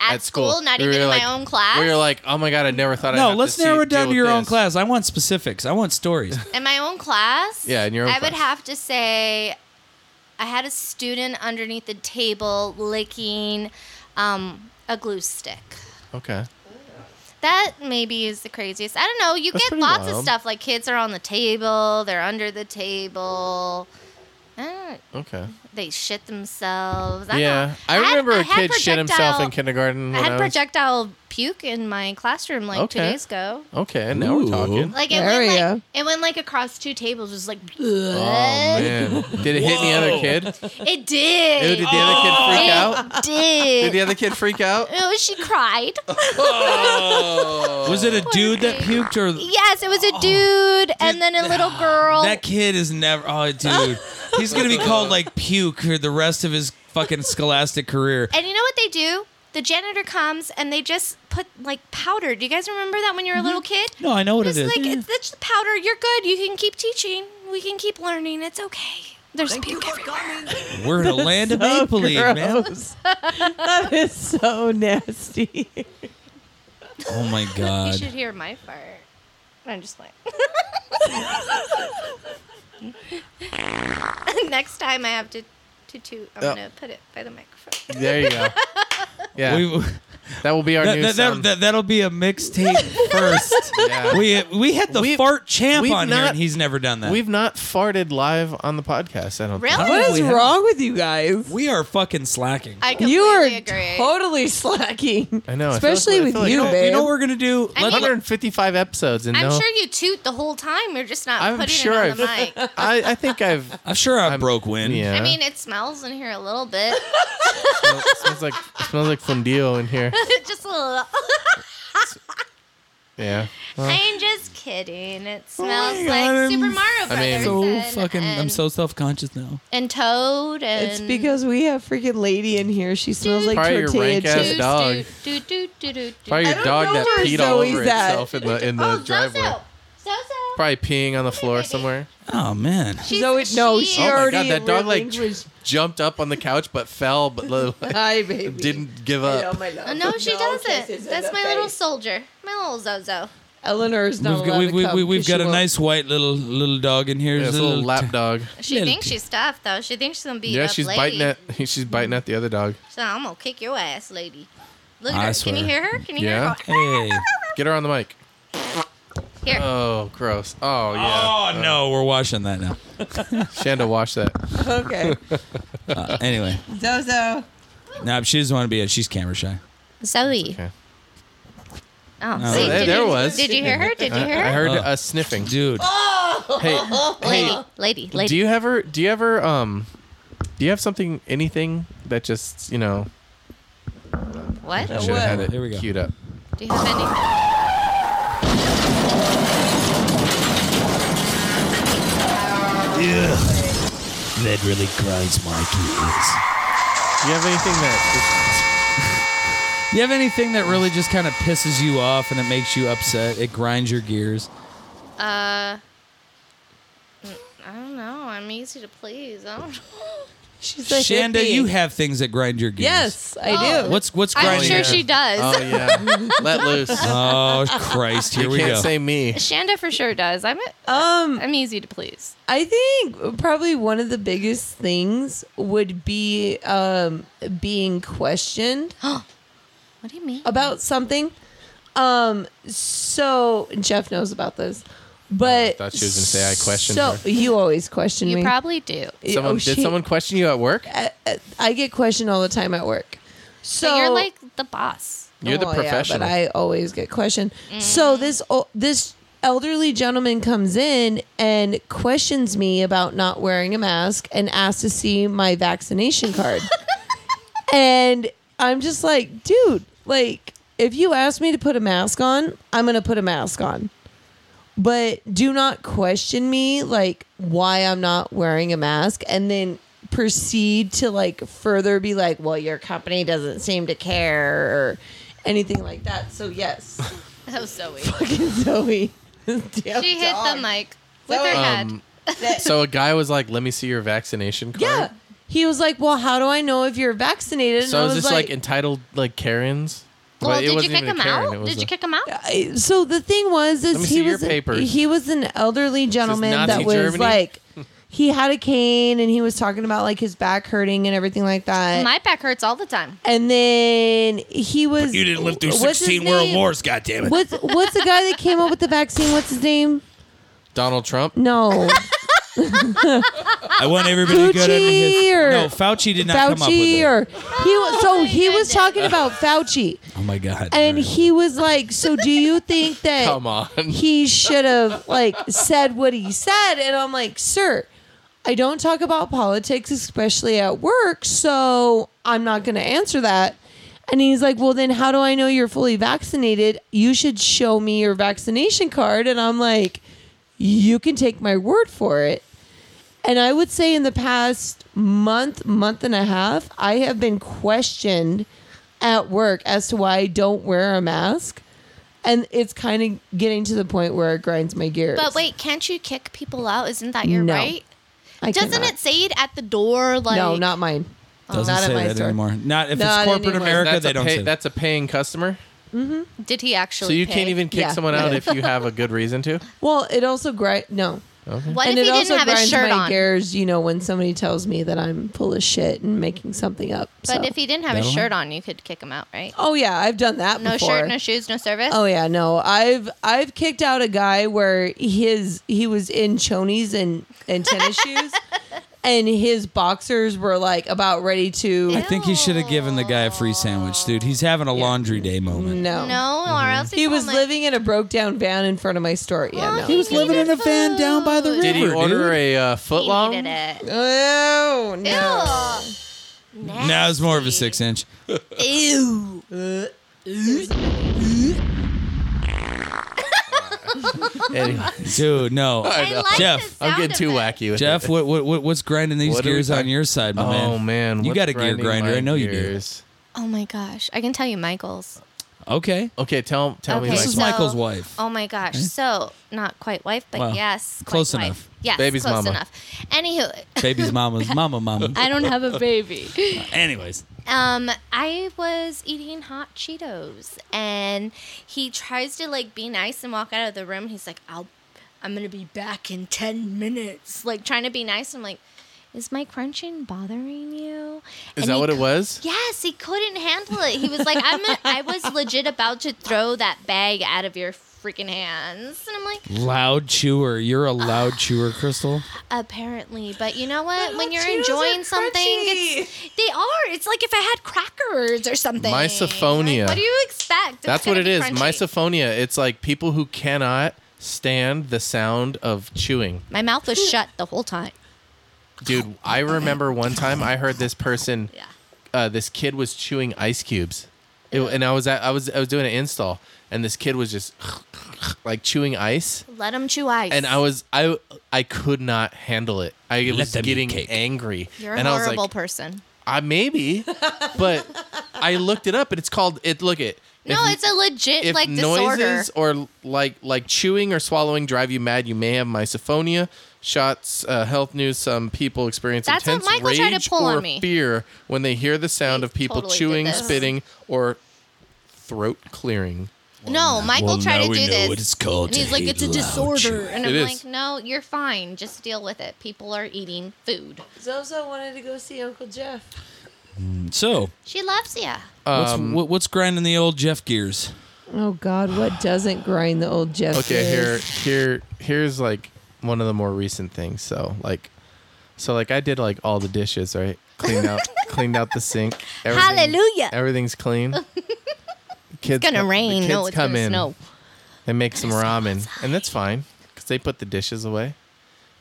at,
at
school,
school,
not
where
even
you're
in my
like-
own class.
where you're like, "Oh my god, I never thought I'd
no.
have
let's
to see,
narrow it down
deal
to your
with
own
this."
class. I want specifics. I want stories.
in my own class.
Yeah, in your own
I would
class.
have to say, I had a student underneath the table licking um, a glue stick.
Okay.
That maybe is the craziest. I don't know. You
That's
get
pretty
lots of
wild.
stuff like kids are on the table, they're under the table. I don't-
Okay.
They shit themselves. I
yeah.
don't-
I
had-
remember
I
a
had
kid shit himself
projectile-
in kindergarten when
I
I,
had
was
projectile puke in my classroom like two
Okay.
days ago.
Okay, now
Ooh.
we're talking.
Like it
There
went
we
like
go.
it went like across two tables, just like
Oh man. Did it hit the other kid?
it did.
Ew, Did the other kid freak out?
It did.
Did the other kid freak out?
Oh, she cried.
Was it a dude that puked or
Yes, it was
Oh.
a dude and then a little girl.
that kid is never? Oh, dude, he's gonna be called like puke for the rest of his fucking scholastic career.
and you know what they do? The janitor comes and they just put like powder. Do you guys remember that when you were a little kid?
No, I know what
It's
it is.
like it's, it's the powder. You're good. You can keep teaching. We can keep learning. It's okay. There's puke everywhere.
We're in the land of Maple Leaf, man.
Gross. that is so nasty.
Oh my
You
god.
should hear my fart. I'm just playing. Next time I have to to toot, I'm
Oh.
gonna put it by the microphone.
There you go. Yeah,
We,
that will be our new
that,
sound.
that, will be a mixtape first.
Yeah.
We we had the
We've-
fart champ
we've
on here,
not-
and he's never done that.
We've not farted live on the podcast. I don't
Really?
think.
What is
Probably have-
wrong with you guys?
We are fucking slacking.
I completely
You are
agree.
totally slacking.
I know. I feel
Especially
like- I
with
feel like-
you,
I feel
babe.
you know what we're gonna do?
I
Let's-
mean-
155 episodes and
I'm
no.
sure you toot the whole time. You're just not
I'm
putting
sure
it on the
I've-
mic.
I, I think I've.
I'm sure I
I'm-
broke wind.
Yeah.
I mean, it smells in here a little bit.
it smells like it smells like fundio in here.
just a little.
Yeah. Well,
I'm just kidding. It smells
God,
like
I'm
Super Mario
I
Brothers.
mean-
So
and,
fucking.
And,
I'm so self conscious now.
And Toad and.
It's because we have freaking lady in here. She smells like
Probably your
tortilla
rank-ass
chips.
Doot,
dog.
doot, doot, doot, doot, doot.
probably
I
your
don't
dog
know
that
where
peed all
Zoe's
over
at.
itself in the in the
Oh,
driveway.
Zozo. Zozo.
Probably peeing on the floor somewhere.
Oh man.
She's,
Zoe- no, she
Oh my
already
god, that dog like
relinquished-
jumped up on the couch but fell, but lo-
Hi, baby.
didn't uh, give
I know,
up.
my love.
Oh, no, she
kisses
doesn't.
in
That's
the
my little
face.
soldier, my little Zozo.
Eleanor is not
We've got,
allowed
we've,
to
we've,
come
we've, we've
'cause
got
she
a
won't-
nice white little little dog in here.
Yeah,
There's
it's a little lap dog.
She
Little
thinks she's tough though. She thinks she's gonna beat
Yeah,
up
she's
lady.
biting at she's biting at the other dog.
So I'm gonna kick your ass, lady. Look at
I
her. Can you
swear.
hear her? Can you
Yeah.
hear her?
Hey.
Get her on the mic.
Go, Here.
Oh, gross. Oh yeah.
Oh no, we're watching that now.
Shanda, wash that.
Okay.
Uh, anyway,
Zozo.
no, she doesn't want to be it. She's camera shy.
Zoe.
okay.
Oh,
Oh,
see,
there-
did
there
you,
was.
Did you hear her? Did you hear her?
I heard
Oh.
us sniffing.
Dude,
Hey,
lady,
hey,
lady, lady.
do you ever do you ever um do you have something anything that just you know
what?
should have had it
Here we go.
queued up?
Do you have any?
that really grinds my gears.
Do you have anything that
You have anything that really just kind of pisses you off and it makes you upset? It grinds your gears.
I don't know. I'm easy to please. I don't know.
She's like,
Shanda, you have things that grind your gears.
Yes, I
Oh.
do.
What's what's
I'm
grinding?
sure
your-
she does.
Oh yeah, let loose.
Oh Christ! Here
you
we
can't
go.
say me.
Shanda for sure does. I'm
Um,
I'm easy to please.
I think probably one of the biggest things would be um, being questioned
What do you mean?
about something. Um, so Jeff knows about this, but
thought she was gonna say Oh, I questioned
So
her.
you always question
You
me.
probably do.
Someone,
Oh,
did
shit.
someone question you at work?
I get questioned all the time at work. So
but you're like the boss.
You're the
Well, Oh, yeah,
professional.
but I always get questioned. So this o- this elderly gentleman comes in and questions me about not wearing a mask and asks to see my vaccination card. and I'm just like, dude, like if you ask me to put a mask on, I'm going to put a mask on. But do not question me like why I'm not wearing a mask and then proceed to like further be like, well, your company doesn't seem to care or anything like that. So yes,
That was Zoe.
fucking Zoe.
She hit the mic with
Zoe.
her head.
so a guy was like, "Let me see your vaccination card."
Yeah. He was like, "Well, how do I know if you're vaccinated?" And I
So is
was
this like, entitled like Karens?
well,
But it
did you
wasn't
kick
even a
him
Karen, it
out?
was
Did
a-
you kick him out?
I- so the thing was is
Let me
he
see your
was an-
papers.
he was an elderly gentleman
Nazi
that was
Germany?
like he had a cane and he was talking about like his back hurting and everything like that.
My back hurts all the time.
and then he was
You didn't live through
what's his
16 world
name?
wars, goddammit.
What's what's the guy that came up with the vaccine? What's his name?
Donald Trump.
No.
I want everybody to go to
Fauci
his.
or-
No, Fauci did not come up with
Fauci
it.
or he was so he was
goodness.
talking about Fauci
Oh my God!
and he was like, "So do you think that
Come on.
he should have like said what he said and i'm like sir i don't talk about politics especially at work so i'm not going to answer that and he's like well then how do i know you're fully vaccinated you should show me your vaccination card and i'm like you can take my word for it and i would say in the past month month and a half i have been questioned at work as to why i don't wear a mask and it's kind of getting to the point where it grinds my gears.
But wait, can't you kick people out? Isn't that your
No.
right?
I
Doesn't
cannot.
it say it at the door? Like
no, not mine.
doesn't
not
say
at my
that
store.
anymore. Not if
Not
it's corporate
anymore.
America,
that's
they
a
don't
pay-
say that.
That's a paying customer.
Did he actually?
So you
pay?
can't even kick
Yeah.
someone out if you have a good reason to.
Well, it also grind. No,
What
and
if
it
he
also
didn't have his
grinds
shirt
my
on?
gears. You know, when somebody tells me that I'm full of shit and making something up. so.
But if he didn't have his
That'll
shirt on, you could kick him out, right?
oh yeah, I've done that
No
before.
shirt, no shoes, no service.
Oh yeah, no. I've I've kicked out a guy where his he was in chonies and and tennis shoes, and his boxers were like about ready to.
I think he should have given the guy a free sandwich, dude. He's having a laundry day moment.
no,
No, or else
He
he'd
was
call my-
living in a broke down van in front of my store. Yeah,
Oh,
no.
he
He was living in a van down by the river.
Did he order
dude.
a uh,
He needed
footlong?
it.
Oh no!
Ew.
No, it's more of a six inch.
Ew.
Anyway,
Dude, no.
I
know.
like
Jeff,
the sound
I'm getting too
of it.
wacky with
Jeff,
it.
what, what what what's grinding these
What are we
gears on
talking-
your side, my man?
Oh man,
you
what's
got a gear
grinding
grinder.
my
I know you do.
gears?
Oh my gosh, I can tell you, Michael's.
Okay,
Okay, tell tell me.
Okay,
this is
so-
Michael.
Michael's wife.
Oh my gosh. So not quite wife, but
Wow.
yes, quite
Close
wife.
enough.
Yes,
Baby's
close
mama.
enough. Anywho,
Baby's mama's mama, mama.
I don't have a baby.
Anyways,
Um, I was eating hot Cheetos, and he tries to like be nice and walk out of the room. He's like, "I'll, I'm gonna be back in ten minutes." Like trying to be nice. I'm like, "Is my crunching bothering you?"
Is
And
that
he
what it
cou-
was?
Yes, he couldn't handle it. He was like, "I'm," gonna, I was legit about to throw that bag out of your freaking hands, and I'm like,
loud chewer. You're a loud chewer, Crystal.
Apparently, but you know what? When you're
Cheetos
enjoying
are
something, it's, they are. It's like if I had crackers or something.
Misophonia.
Like, what do you expect? It's
That's
gonna
what it
be
is.
crunchy.
Misophonia. It's like people who cannot stand the sound of chewing.
My mouth was shut the whole time.
Dude, I remember one time I heard this person,
Yeah.
uh, this kid was chewing ice cubes, It- and I was at, I was I was doing an install, and this kid was just like chewing ice,
Let them chew ice.
and I was I I could not handle it. I was
them eat
getting
cake.
angry,
You're a
and I was
horrible
like,
person.
I maybe, but I looked it up and it's called it. Look it.
No,
If-
it's a legit
if
like disorder.
noises or like like chewing or swallowing drive you mad, you may have misophonia. Shots uh, Health News: Some people experience
That's what
intense
Michael
rage
tried to pull on
or
me.
fear when they hear the sound
He
of people
totally did
chewing,
this.
spitting, or throat clearing.
no, Michael
well,
tried
now
to
we
do
know
this.
what it's called
And
to
he's like,
hate
it's
loud
a disorder.
chewing.
And
It
I'm
is.
like, no, you're fine. Just deal with it. People are eating food.
Zozo wanted to go see Uncle Jeff.
So
She loves you.
what's what, what's grinding the old Jeff gears?
Oh God, what doesn't grind the old Jeff?
Okay, here,
gears?
here, here's like one of the more recent things. So like, so like I did like all the dishes, right? Cleaned out, cleaned out the sink. Everything-
Hallelujah.
Everything's clean. Kids
It's gonna
come- the
rain. No,
kids
it's gonna
in.
snow.
They make some ramen, and that's fine because they put the dishes away,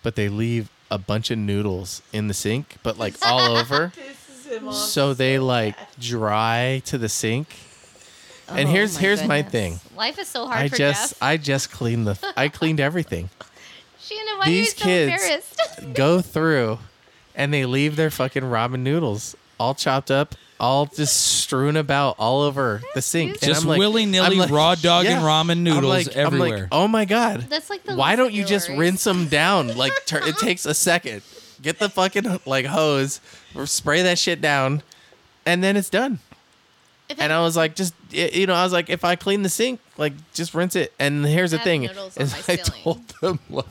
but they leave a bunch of noodles in the sink, but like all over. so they like dry to the sink. And
Oh,
here's here's my
goodness.
thing.
Life is so hard
I
for
just
Jeff.
I just cleaned the I cleaned everything.
She and why are you
These
so
kids
embarrassed?
go through and they leave their fucking ramen noodles all chopped up, all just strewn about all over the sink. And
Just
I'm like-
willy nilly
I'm like-
raw dog and
yeah.
ramen
I'm
noodles
like- I'm like,
everywhere.
oh my god.
That's like the
Why
least
don't
of
you
your
just
worries.
rinse them down? Like tur- it takes a second. Get the fucking like hose, spray that shit down, and then it's done.
If
And
it-
I was like, just y- you know, I was like, if I clean the sink, like just rinse it. And here's the
have
thing:
noodles on
is
my
I
ceiling.
told them like,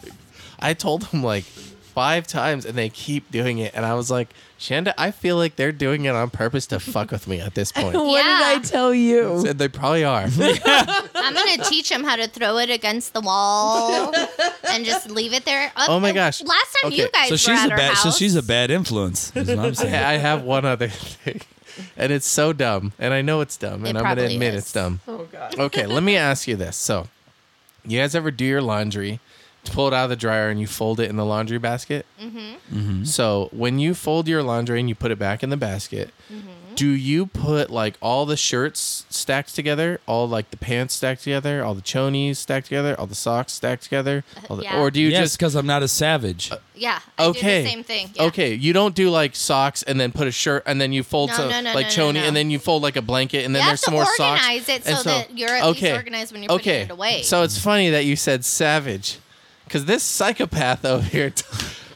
I told them like five times, and they keep doing it. And I was like, Shanda, I feel like they're doing it on purpose to fuck with me at this point.
What
Yeah.
did I tell you?
And they probably are.
I'm gonna teach him how to throw it against the wall and just leave it there. Up-
Oh my gosh.
Last time you
Okay.
guys
so
were
she's a
at our
bad so
house,
she's a bad influence. Is what I'm
I
saying.
I have one other thing, and it's so dumb, and I know it's dumb, and
It
I'm gonna
probably
admit
is.
it's dumb. Oh god. Okay, let me ask you this: so, you guys ever do your laundry, pull it out of the dryer, and you fold it in the laundry basket? Mm-hmm. So when you fold your laundry and you put it back in the basket,
Mm-hmm.
do you put like all the shirts stacked together, all like the pants stacked together, all the chonies stacked together, all the socks stacked together, all the,
Uh, yeah.
or do you
yes,
just
because I'm not a savage.
yeah. I
Okay.
Do the same thing. Yeah.
Okay, you don't do like socks and then put a shirt and then you fold
No,
some
no, no,
like
no, no,
choni
no.
and then you fold like a blanket and then
You have
there's
to
some more socks.
organize it
And
so that you're at least organized when you're putting
okay.
it away.
So it's funny that you said savage, because this psychopath over here.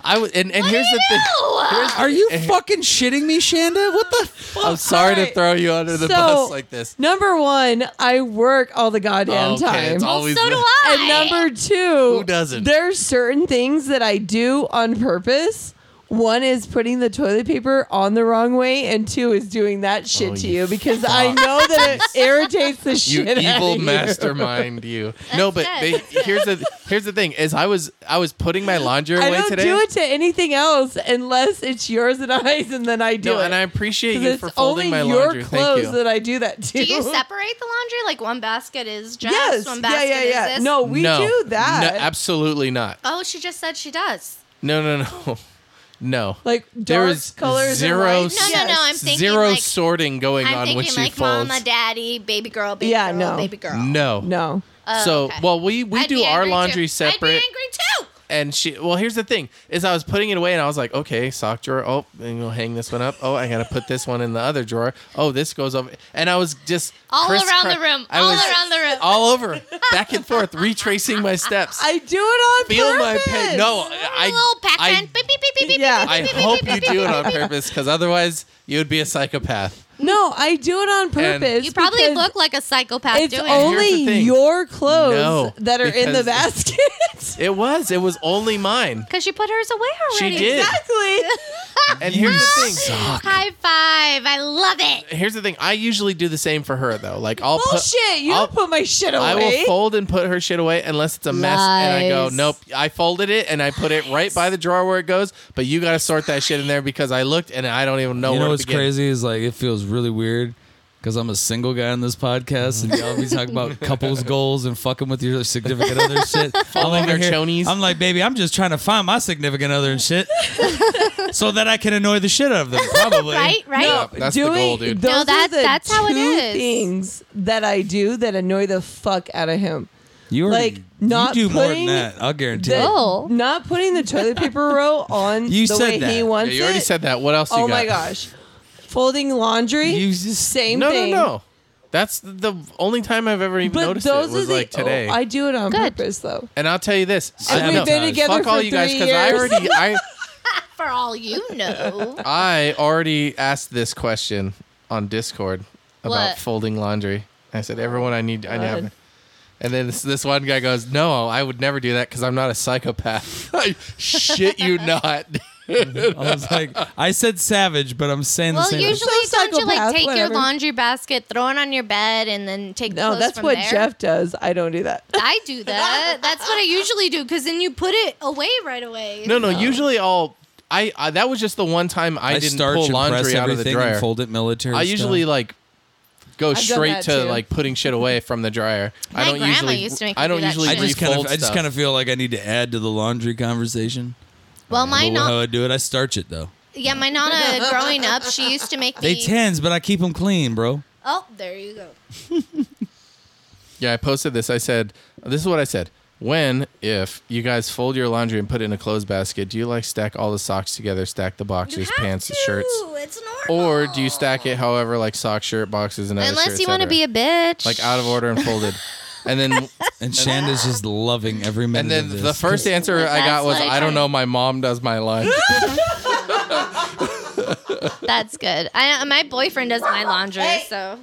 I w- and and here's the thing.
Are you fucking shitting me, Shanda? What the? Fuck?
I'm sorry to throw you under the
So-
bus like this. Oh,
Number one, I work all the goddamn
Okay,
time.
it's always
so
the-
do I.
And number two,
Who doesn't?
There's certain things that I do on purpose. One is putting the toilet paper on the wrong way, and two is doing that shit
Oh,
to
you
you because I know that it irritates the
you
shit out
evil
of you.
mastermind you. no, but
good,
they, here's the here's the thing is I was I was putting my laundry
I
away
don't
today.
do it to anything else unless it's yours and I's, and then I do
no,
it.
and I appreciate
'Cause
you
it's
for folding my
only your
laundry. Thank
clothes
you.
that I do that to.
Do you separate the laundry? Like one basket is Jeff's,
Yes.
one
yeah,
basket
yeah, yeah.
is this.
No, we
No.
do that.
No, absolutely not.
Oh, she just said she does.
No, no, no, no.
like dark
There is
colors. and
zero
lights.
No, no, no. I'm thinking
Zero
like
sorting going
I'm
on when
thinking
she
like
folds.
mama, daddy, baby girl, baby
Yeah,
girl,
no.
baby girl.
no,
No.
Oh,
so
okay.
well, we we
I'd
do
be
our
angry,
laundry
too. I'd be
separate,
angry too.
and she. Well, here's the thing: is I was putting it away, and I was like, okay, sock drawer. Oh, and we'll hang this one up. Oh, I gotta put this one in the other drawer. Oh, this goes over, and I was just
All
criss-
around
cr-
the room.
I
all
was
around the room.
all over, back and forth, retracing my steps.
I do it on
feel my
purpose.
pain. No,
A little
I,
Pac-Man.
I
Beep, beep, beep, beep, beep,
Yeah.
beep,
I
beep, beep,
hope
beep,
you
beep, beep,
do it
beep,
on
beep, beep.
purpose because otherwise you would be a psychopath.
No, I do it on purpose.
You probably
because
look like a psychopath
It's
doing
Here's the
only
thing.
your clothes
No,
that are in the
because-
basket.
It was. It was only mine.
Because she put hers away
She
already.
did.
exactly.
And here's the thing.
High five. I love it.
Here's the thing. I usually do the same for her though. Like I'll put,
Bullshit. You
I'll-
don't put my shit away.
I will fold and put her shit away unless it's a mess. And I go,
Lies.
nope. I folded it and I put it right by the drawer where it goes. But you got to sort that shit in there because I looked and I don't even know
you
where
know
to
what's
begin.
crazy is like it feels really weird because I'm a single guy on this podcast, and y'all
Mm-hmm.
be talking about couples goals and fucking with your significant other shit. I'm
Following
over
our chonies.
I'm like, baby, I'm just trying to find my significant other and shit, so that I can annoy the shit out of them. Probably.
Right, right?
That's
doing,
the goal, dude.
Those
No,
are
that-
the
that's how it
two
is.
Things that I do that annoy the fuck out of him.
You already,
Like, not
you do more than
putting
that. I'll guarantee.
That
it.
Oh.
Not putting the toilet paper roll on
You
the
said
way
that.
he
Yeah,
Yeah,
wants
you already
it.
said that. What else? you
Oh
got?
my gosh. folding laundry.
You just-
same
no,
thing.
no, no. That's the only time I've ever even
But
noticed
those
it was
are the,
like today.
oh, I do it on
Good.
purpose though.
and I'll tell you this.
And
I
we've
know-
been
together
Fuck all
for
you guys
three
I
years.
already I
For all you know.
I already asked this question on Discord about
What?
folding laundry. I said everyone I need I
God.
have. And then this, this one guy goes, "No, I would never do that because I'm not a psychopath." Like, Shit, you not.
I was like, I said savage, but I'm saying the
Well,
same.
usually
So
don't you
psychopath,
like take
whatever.
your laundry basket, throw it on your bed, and then take
No,
clothes
that's
from
what
there?
Jeff does. I don't do that.
I do that. That's what I usually do because then you put it away right away.
No, no. Usually, I'll. I, I that was just the one time I,
I,
didn't
starch
pull
and press
laundry out of the
everything
dryer.
and fold it military.
I usually
style.
like go
done
straight
that
to
too.
like putting shit away from the dryer. I
My
don't
grandma
usually.
used to make me
I don't
do that
usually.
shit.
I just kind of,
refold
I just
stuff.
kind of feel like I need to add to the laundry conversation.
Well, my
But how
nana,
I do it, I starch it though.
yeah, my nana growing up, she used to make
They
me.
tens, but I keep them clean, bro.
oh, there you go.
Yeah, I posted this. I said, "This is what I said." When, if you guys fold your laundry and put it in a clothes basket, do you like stack all the socks together, stack the boxers, pants, and shirts,
It's normal.
or do you stack it however, like sock, shirt, boxes, and other
Unless
shirts,
you want to
et cetera?
be a bitch.
like out of order and folded, and then
And Shanda's just loving every minute.
And then
of this.
the first answer I got was,
That's
"I
like-
don't know. My mom does my laundry."
That's good. I, uh, my boyfriend does my laundry, so.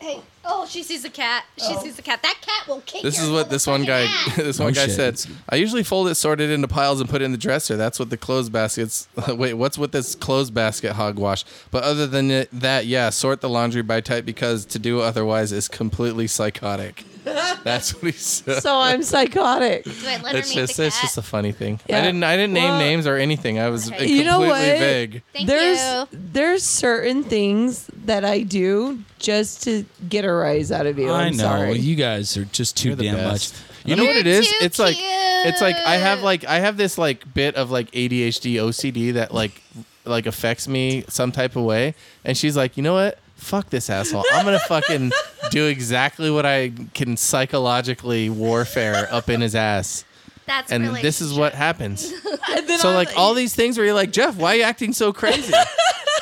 Hey, oh, she sees a cat. She
Oh.
sees a cat. That cat will kick
This
your
is what this one
motherfucking
guy.
ass.
This one
Oh,
guy
shit.
said. I usually fold it, sort it into piles, and put it in the dresser. That's what the clothes baskets. Wait, what's with this clothes basket hogwash? But other than it- that, yeah, sort the laundry by type because to do otherwise is completely psychotic. That's what he said.
So I'm psychotic.
Do I let her
It's
meet
just,
the
it's
cat?
just a funny thing. I
Yeah.
didn't, I didn't name
Well-
names or anything. I was
Okay.
completely
You know what?
vague.
Thank
there's
you.
there's certain things that I do just to get a rise out of you.
I
I'm
know
sorry.
you guys are just too
You're the
damn
best.
much.
You know what it is?
too
It's like it's like I have
cute.
like I have this like bit of like ADHD OCD that like like affects me some type of way. And she's like, you know what? Fuck this asshole. I'm gonna fucking do exactly what I can psychologically warfare up in his ass.
That's
And
really
this is what happens.
And then
So
I'm
like all these things where you're like, Jeff, why are you acting so crazy?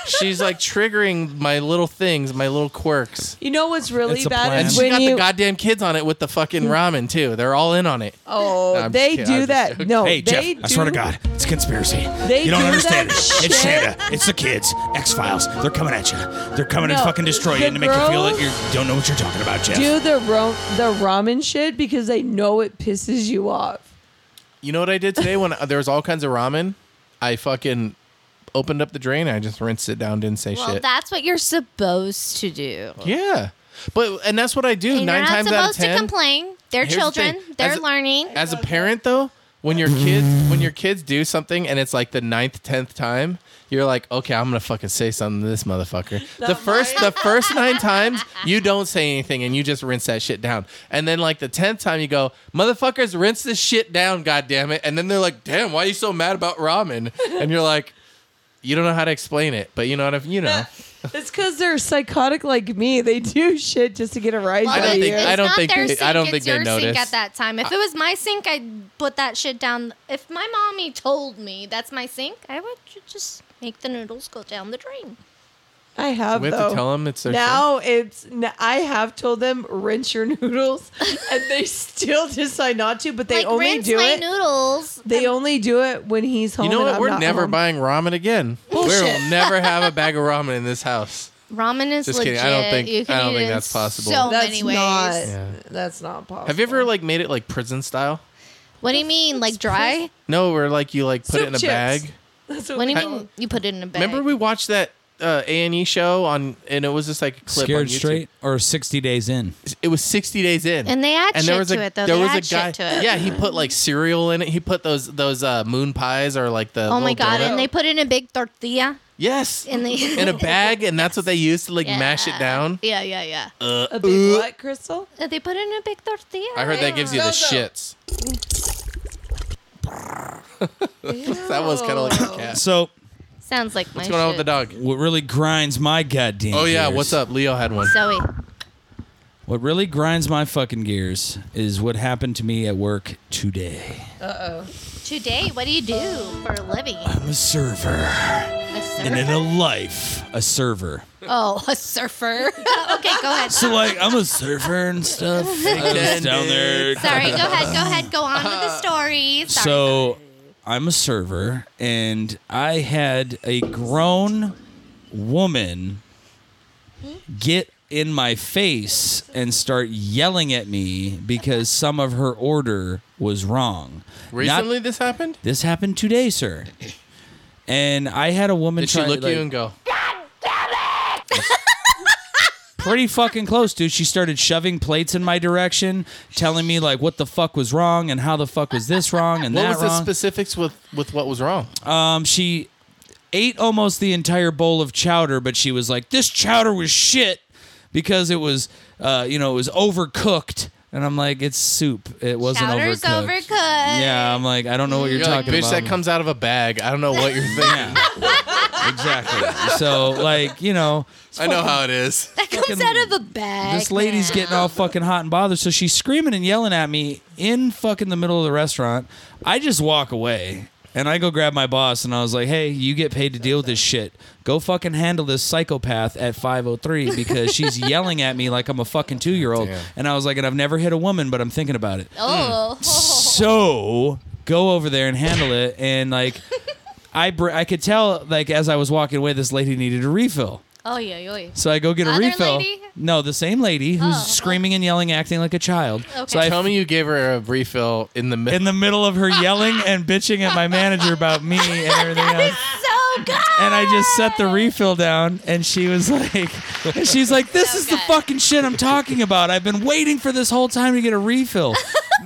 She's like triggering my little things, my little quirks.
You know what's really
It's a
bad
plan.
And
is
she
when
got
you
the goddamn kids on it with the fucking ramen too. They're all in on it.
oh
No, I'm just
they
kidding. I'm
do
just
that
joking.
no
Hey, Jeff,
they
I
do-
swear to God, it's a conspiracy.
They
you don't
do
understand it.
that
It's
shit.
Santa. It's the kids. X Files. They're coming at you. They're coming to
No,
fucking destroy you
the
and to make you feel
girls
that you don't know what you're talking about, Jeff.
do the ro- the ramen shit because they know it pisses you off.
You know what I did today when uh, there was all kinds of ramen? I fucking opened up the drain. I just rinsed it down. Didn't say
well,
shit.
that's what you're supposed to do.
yeah, but and that's what I do
And
nine
you're not
times out of
supposed
ten.
to complain. They're
Here's the
children.
thing.
They're
As a-
learning.
As a parent, though, when your kids when your kids do something and it's like the ninth, tenth time, you're like, okay, I'm gonna fucking say something to this motherfucker. the first the first nine times, you don't say anything and you just rinse that shit down. And then like the tenth time, you go, motherfuckers, rinse this shit down, goddamn it. And then they're like, damn, why are you so mad about ramen? And you're like. You don't know how to explain it, but you know what I you know.
It's because they're psychotic like me. They do shit just to get a rise
Well,
out of
don't
it's-
think-
you.
it's
I don't
not
think
their
they- I
sink,
don't
it's
think they
your sink
notice.
at that time. If it was my sink, I'd put that shit down. If my mommy told me that's my sink, I would ju- just make the noodles go down the drain.
I have
We have
though.
to tell them it's their
now it's n- I have told them rinse your noodles, and they still decide not to. But they
like
only
rinse
do
my
it.
noodles.
They only do it when he's home.
You know
and
what?
I'm
We're
not
never
home.
buying ramen again. We'll never have a bag of ramen in this house.
Ramen is
Just
legit.
kidding. I don't think-
You can
I don't
eat
think
it in
that's possible.
So
That's
many ways.
not.
Yeah.
That's not possible.
Have you ever like made it like prison style?
What do you mean, like dry?
No, where like you like put
Soup
it in a
chips.
bag.
That's what
What do
we
you
call it.
mean you put it in a bag?
Remember we watched that uh, A and E show on, and it was just like a clip on
Scared
YouTube.
straight or sixty days in?
It was sixty days in,
And they add shit
a,
to it, though.
There
They
was
add
a
shit
guy.
to it.
Yeah, he put like cereal in it. He put those those uh, moon pies or like the.
Oh my
little
god!
donut-
And they put it in a big tortilla.
yes,
And they
in a bag, and that's what they used to like mash it down.
Yeah, yeah, yeah.
Uh,
A big what, Crystal?
Uh, They put it in a big tortilla.
I heard that gives you the shits. that was kind of like a cat.
So
Sounds like my.
What's going on with the
shit.
dog?
what really grinds my goddamn?
Oh yeah,
gears-
what's up? Leo had one.
Zoe.
What really grinds my fucking gears is what happened to me at work today.
Today, what do you do for a living?
I'm a server.
A
And in
surfer?
a life, a server.
Oh, a surfer. okay, go ahead.
So like I'm a surfer and stuff. I was down there.
Sorry, go ahead, go ahead, go on with the story. Sorry.
So I'm a server and I had a grown woman get in my face and start yelling at me because some of her order was wrong. Not-
Recently, this happened.
this happened today, sir. And I had a woman
Did she
try-
look
like-
you and go?
pretty fucking close, dude. She started shoving plates in my direction, telling me like what the fuck was wrong and how the fuck was this wrong and
What
that
was the
wrong.
specifics with with what was wrong?
um, she ate almost the entire bowl of chowder, but she was like, "This chowder was shit because it was, uh, you know, it was overcooked." And I'm like, "It's soup. It wasn't
Chowder's
overcooked."
overcooked. Mm.
Yeah, I'm like, I don't know what you're,
You're like,
talking
bitch,
about.
that comes out of a bag. I don't know what you're thinking.
exactly. So like, you know,
I know how it is.
That comes
fucking-
out of a bag.
this lady's
now.
getting all fucking hot and bothered. So she's screaming and yelling at me in fucking the middle of the restaurant. I just walk away and I go grab my boss and I was like, "Hey, you get paid to deal with this shit. Go fucking handle this psychopath at 5:03 because she's yelling at me like I'm a fucking 2-year-old."
Damn.
And I was like, "And I've never hit a woman, but I'm thinking about it."
Oh.
so go over there and handle it and like I br- I could tell like as I was walking away this lady needed a refill.
Oh, yeah, yeah.
So I go get a
Other
refill.
lady?
No, the same lady who's
Oh.
screaming and yelling, acting like a child. So
Okay.
I
Tell me you gave her a refill in the middle.
in the middle of her yelling and bitching at my manager about me and everything else.
So good.
And I just set the refill down, and she was like, and she's like, "This
So
is the
good.
fucking shit I'm talking about. I've been waiting for this whole time to get a refill."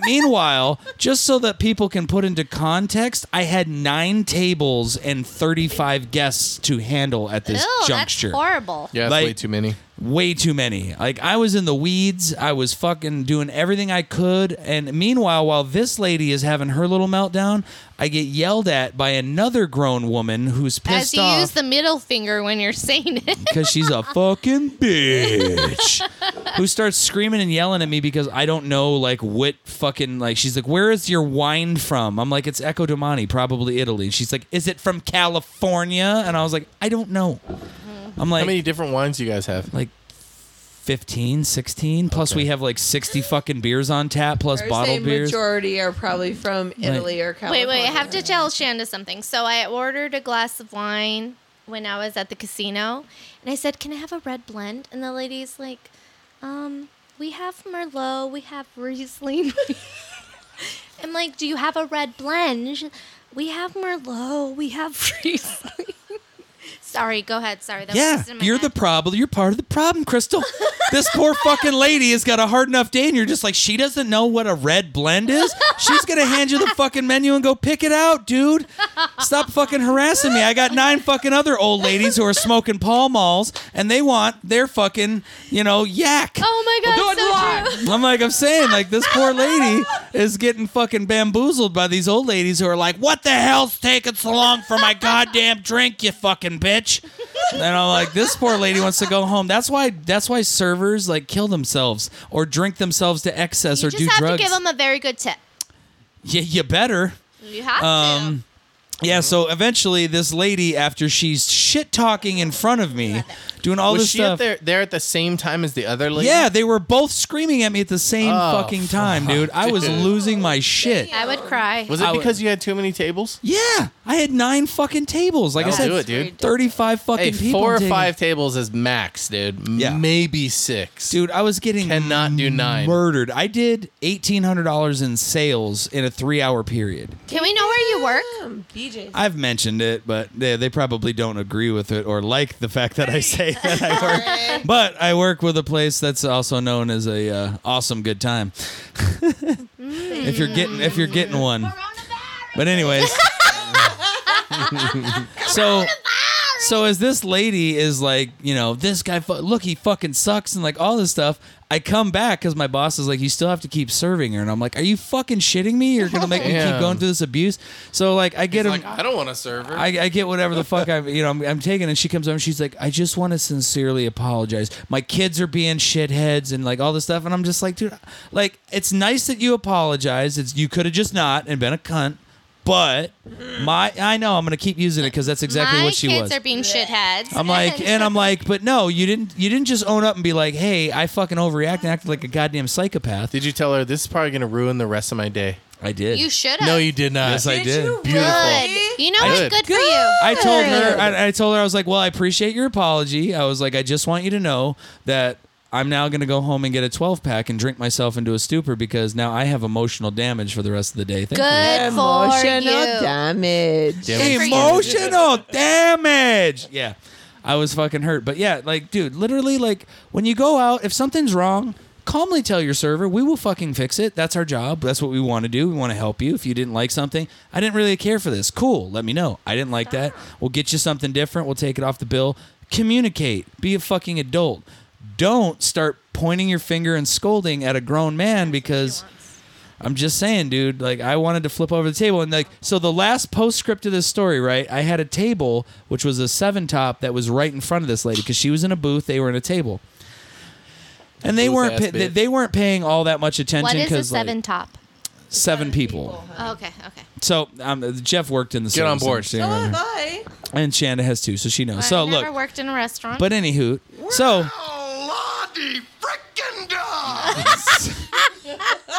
Meanwhile, just so that people can put into context, I had nine tables and 35 guests to handle at this
Ew,
juncture.
that's horrible.
Yeah, it's
like-
way too many.
way too many. Like I was in the weeds. I was fucking doing everything I could. And meanwhile, while this lady is having her little meltdown, I get yelled at by another grown woman who's
As
pissed
you use
off
the middle finger when you're saying it.
because she's a fucking bitch who starts screaming and yelling at me because I don't know like what fucking like she's like where is your wine from? I'm like it's Eco Domani, probably Italy. She's like is it from California? And I was like I don't know. I'm like
How many different wines do you guys have?
like 15, 16. Plus, we have like 60 fucking beers on tap, plus
Our
bottled
same
beers.
majority are probably from Italy or
Wait,
California.
wait, I have to tell Shanda something. So I ordered a glass of wine when I was at the casino, and I said, "Can I have a red blend?" And the lady's like, "Um, we have Merlot, we have Riesling." I'm like, "Do you have a red blend?" And she- We have Merlot, we have Riesling. Sorry, go ahead. Sorry, that was
yeah,
just in my
you're the
head.
problem. You're part of the problem, Crystal. this poor fucking lady has got a hard enough day, and you're just like, she doesn't know what a red blend is. She's going to hand you the fucking menu and go pick it out, dude. Stop fucking harassing me. I got nine fucking other old ladies who are smoking Pall Malls, and they want their fucking, you know, yak.
Oh my god,
We'll do it
so
live.
true.
I'm like, I'm saying, like, this poor lady is getting fucking bamboozled by these old ladies who are like, what the hell's taking so long for my goddamn drink, you fucking bitch? And I'm like, this poor lady wants to go home. That's why. That's why servers like kill themselves or drink themselves to excess
You
or
just
do
have
drugs.
to give them a very good tip.
yeah, you better.
You have to.
Um, yeah.
Uh-huh.
So eventually, this lady, after she's shit talking in front of me, doing all
was
this
she
stuff.
at there, there at the same time as the other lady?
yeah, they were both screaming at me at the same
Oh,
fucking time, dude. I was
dude.
losing my shit.
I would cry.
Was
I
it
would-
because you had too many tables?
Yeah, I had nine fucking tables. Like I
That'll
said,
do it, dude.
thirty-five fucking
Hey,
people.
four or
taking-
five tables is max, dude. M-
Yeah.
Maybe six.
Dude, I was getting
Cannot do nine.
murdered. I did eighteen hundred dollars in sales in a three-hour period.
Can we know where you work?
Um, BJ.
I've mentioned it, but they, they probably don't agree with it or like the fact that I say that I work. But I work with a place that's also known as a uh, awesome good time. if you're getting if you're getting one. But anyways. so so as this lady is like, you know, this guy fu- look he fucking sucks and like all this stuff. I come back cuz my boss is like you still have to keep serving her and I'm like, "Are you fucking shitting me? You're going to make me keep
Damn.
going through this abuse?" So like I get him
like, I don't want to serve her.
I, I get whatever the fuck I'm, you know, I'm, I'm taking. And she comes over and she's like, I just want to sincerely apologize. My kids are being shitheads and like all this stuff. And I'm just like, dude, like it's nice that you apologize. It's you could have just not and been a cunt. But my, I know I'm gonna keep using it because that's exactly
My
what she
kids
was.
are being shitheads.
I'm like, and I'm like, but no, you didn't. You didn't just own up and be like, hey, I fucking overreacted and acted like a goddamn psychopath.
Did you tell her this is probably gonna ruin the rest of my day?
I did.
you should have.
No, you did not.
Yes, I did.
Beautiful.
Good. You know what?
did.
Good for you.
I told her. I, I told her. I was like, "Well, I appreciate your apology. I was like, I just want you to know that I'm now going to go home and get a 12 pack and drink myself into a stupor because now I have emotional damage for the rest of the day. Thank
Good for
Emotional
you.
damage.
Damn
you.
it.
for you.
Emotional damage. Yeah, I was fucking hurt. But yeah, like, dude, literally, like, when you go out, if something's wrong. Calmly tell your server, we will fucking fix it. That's our job. That's what we want to do. We want to help you. If you didn't like something, I didn't really care for this. Cool. Let me know. I didn't like that. We'll get you something different. We'll take it off the bill. Communicate. Be a fucking adult. Don't start pointing your finger and scolding at a grown man because I'm just saying, dude, like I wanted to flip over the table and like so the last postscript to this story, right? I had a table which was a seven top that was right in front of this lady because she was in a booth, they were in a table. And they
Booth
weren't
ass
pa- they,
bitch.
they weren't paying all that much
What
attention
is a
because
seven
like,
top?
seven people.
Oh, okay, okay.
So um, Jeff worked in the
Get on
service
board.
industry,
Oh,
remember?
I.
and Shanda has two, so she knows.
I
so
never
look,
worked in a restaurant.
but anywho, so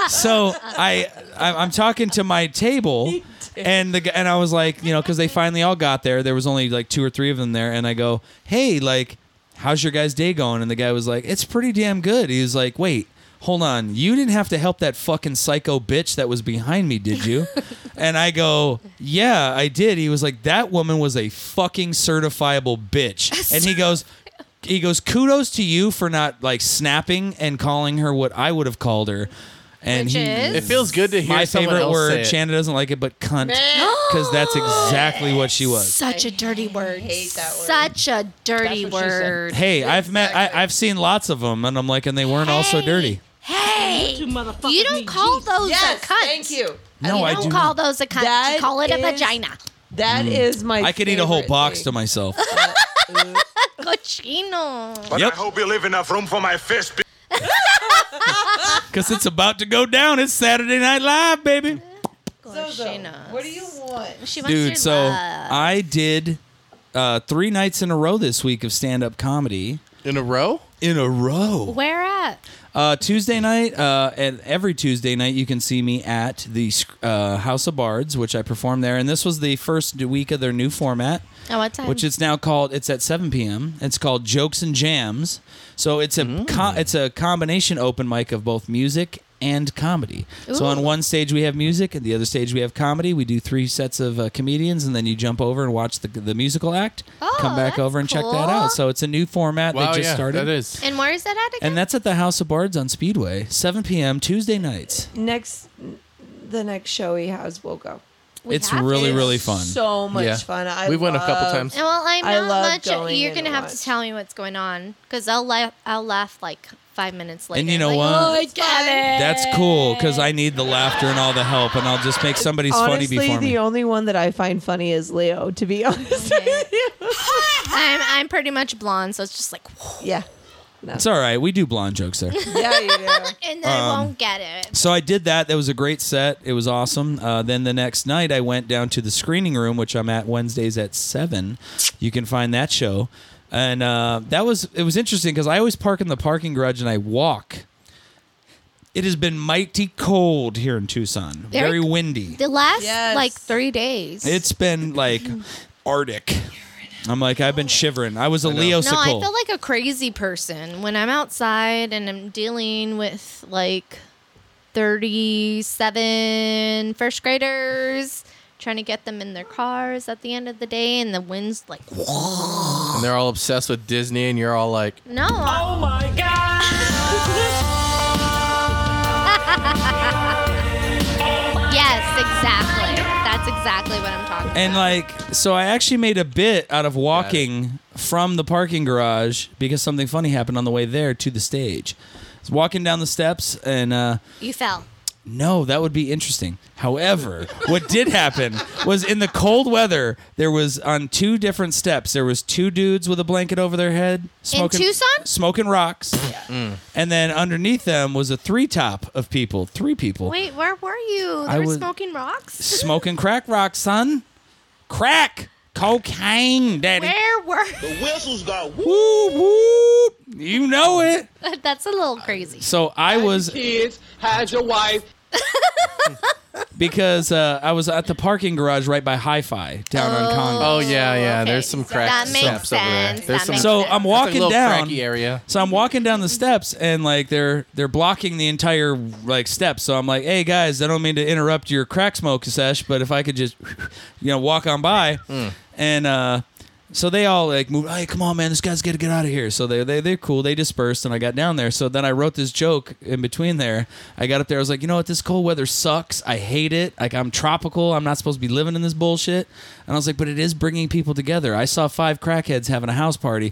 so I, I I'm talking to my table, and the gu- and I was like, you know, because they finally all got there. There was only like two or three of them there, and I go, hey, like, how's your guys' day going? And the guy was like, it's pretty damn good. He was like, wait. Hold on, you didn't have to help that fucking psycho bitch that was behind me, did you? and I go, Yeah, I did. He was like, That woman was a fucking certifiable bitch. And he goes, he goes, kudos to you for not like snapping and calling her what I would have called her. And
Which
he,
is?
It feels good to hear
my
someone
favorite
else
word.
say it.
Shanda doesn't like it, but cunt, because that's
Oh,
exactly what she was.
Such a dirty word.
hate that word.
Such a dirty word.
Hey, I've met, I, I've seen lots of them, and I'm like, and they weren't all so
Hey.
dirty.
Hey, you don't call those
Yes,
a cunt.
thank you.
No,
You
I
don't
do.
call
not.
those a cunt.
That
you call it a
is-
vagina.
That is my.
Mm. I could eat a whole
favorite
box
thing.
to myself.
Cochino.
But
Yep.
I hope you leave enough room for my fist. be-
Because it's about to go down. It's Saturday Night Live, baby.
Cochino.
What do you want?
She wants your
Dude, so
love.
I did uh, three nights in a row this week of stand up comedy.
In a row?
In a row.
Where at?
Uh, Tuesday night, uh, and every Tuesday night, you can see me at the uh, House of Bards, which I performed there. And this was the first week of their new format,
Oh, what time?
which it's now called. It's at 7 p.m. It's called Jokes and Jams. So it's a
Mm.
co- it's a combination open mic of both music and comedy. So on one stage we have music, and the other stage we have comedy. We do three sets of uh, comedians, and then you jump over and watch the the musical act.
Oh,
come back
that's
over and check that
cool.
out. So it's a new format they
Wow,
just
yeah,
started.
that is.
and where is that at again?
And that's at the House of Bards on Speedway, 7 p.m. Tuesday nights.
Next, the next show he has will go.
We
it's
have to.
really, really fun.
So much
Yeah.
fun. I
We went a couple
love-
times.
And well, I'm
I
not
love
much.
going
You're
in
gonna
to
have to
watch.
tell me what's going on because I'll laugh. I'll laugh like five minutes later.
and you know
like,
what?
"Oh, I get it."
That's cool because I need the laughter and all the help, and I'll just make somebody's funny
Honestly,
before
the
me.
only one that I find funny is Leo. To be honest, with you.
I'm I'm pretty much blonde, so it's just like,
yeah,
It's all right. We do blonde jokes there.
yeah, you do.
and I
Um,
won't get it.
so I did that. That was a great set. It was awesome. Uh, then the next night, I went down to the screening room, which I'm at Wednesdays at seven. You can find that show, and uh, that was it was interesting because I always park in the parking garage and I walk. It has been mighty cold here in Tucson. Very
Very
windy.
The last
Yes.
like three days.
It's been like Arctic. I'm like, I've been shivering. I was a Leo
no, I feel like a crazy person when I'm outside and I'm dealing with like 37 first graders trying to get them in their cars at the end of the day, and the wind's like,
And they're all obsessed with Disney, and you're all like,
no. Oh my god. yes, exactly. That's exactly what I'm talking
And like, so I actually made a bit out of walking from the parking garage because something funny happened on the way there to the stage. I was walking down the steps and uh,
about. You fell.
No, that would be interesting. However, what did happen was in the cold weather, there was on two different steps, there was two dudes with a blanket over their head smoking
Tucson?
smoking rocks. And then underneath them was a three top of people, three people
Wait, where were you?
I
They were
was-
smoking rocks?
smoking crack rock, son. Crack, cocaine, daddy.
Where were
Whoop whoop. You know it.
That's a little crazy.
So I was
Kids, how's your wife?
because uh, I was at the parking garage right by Hi-Fi down on Congress.
Oh yeah, yeah.
okay.
There's some
So
crack
that makes
steps over there.
sense.
There's
That
some
makes
Oh, that's
So
sense.
I'm
a
walking
little
down.
cracky area.
So I'm walking down the steps and like they're they're blocking the entire like step. So I'm like, hey guys, I don't mean to interrupt your crack smoke sesh, but if I could just you know walk on by and uh so they all like move. Hey, come on, man! This guy's got to get out of here. So they they they're cool. They dispersed, and I got down there. So then I wrote this joke in between there. I got up there. I was like, you know what? This cold weather sucks. I hate it. Like I'm tropical. I'm not supposed to be living in this bullshit. And I was like, but it is bringing people together. I saw five crackheads having a house party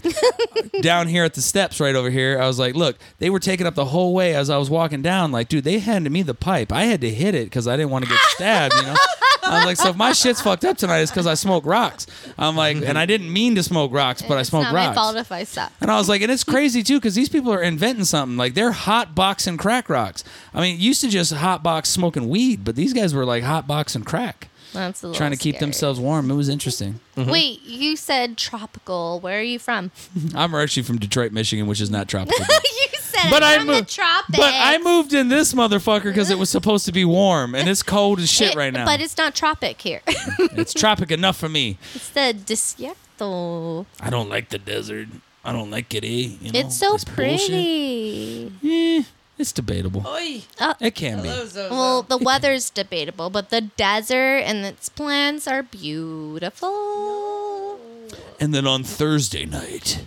down here at the steps right over here. I was like, look, they were taking up the whole way as I was walking down. Like, dude, they handed me the pipe. I had to hit it because I didn't want to get stabbed, you know? I was like, so if my shit's fucked up tonight, it's because I smoke rocks. I'm like, and I didn't mean to smoke rocks, but I
it's
smoke
not my
rocks.
fault if I suck.
And I was like, and it's crazy too, because these people are inventing something. Like they're hot boxing crack rocks. I mean, used to just hot box smoking weed, but these guys were like hot boxing crack,
That's a little
trying to keep
scary.
themselves Mm-hmm. warm. It was interesting.
Wait, you said tropical. Where are you from?
I'm actually from Detroit, Michigan, which is not tropical.
you said
But
I'm
I
from
moved.
the tropics.
But I moved in this motherfucker because it was supposed to be warm, and it's cold as shit
It-
right now.
But it's not tropic here.
it's tropic enough for me.
it's the desierto.
I don't like the desert. I don't like it. Eh? You know,
It's so
this bullshit.
pretty.
Eh, it's debatable.
Oy.
Uh,
It can be.
Well, the weather's debatable, but the desert and its plants are beautiful.
And then on Thursday night,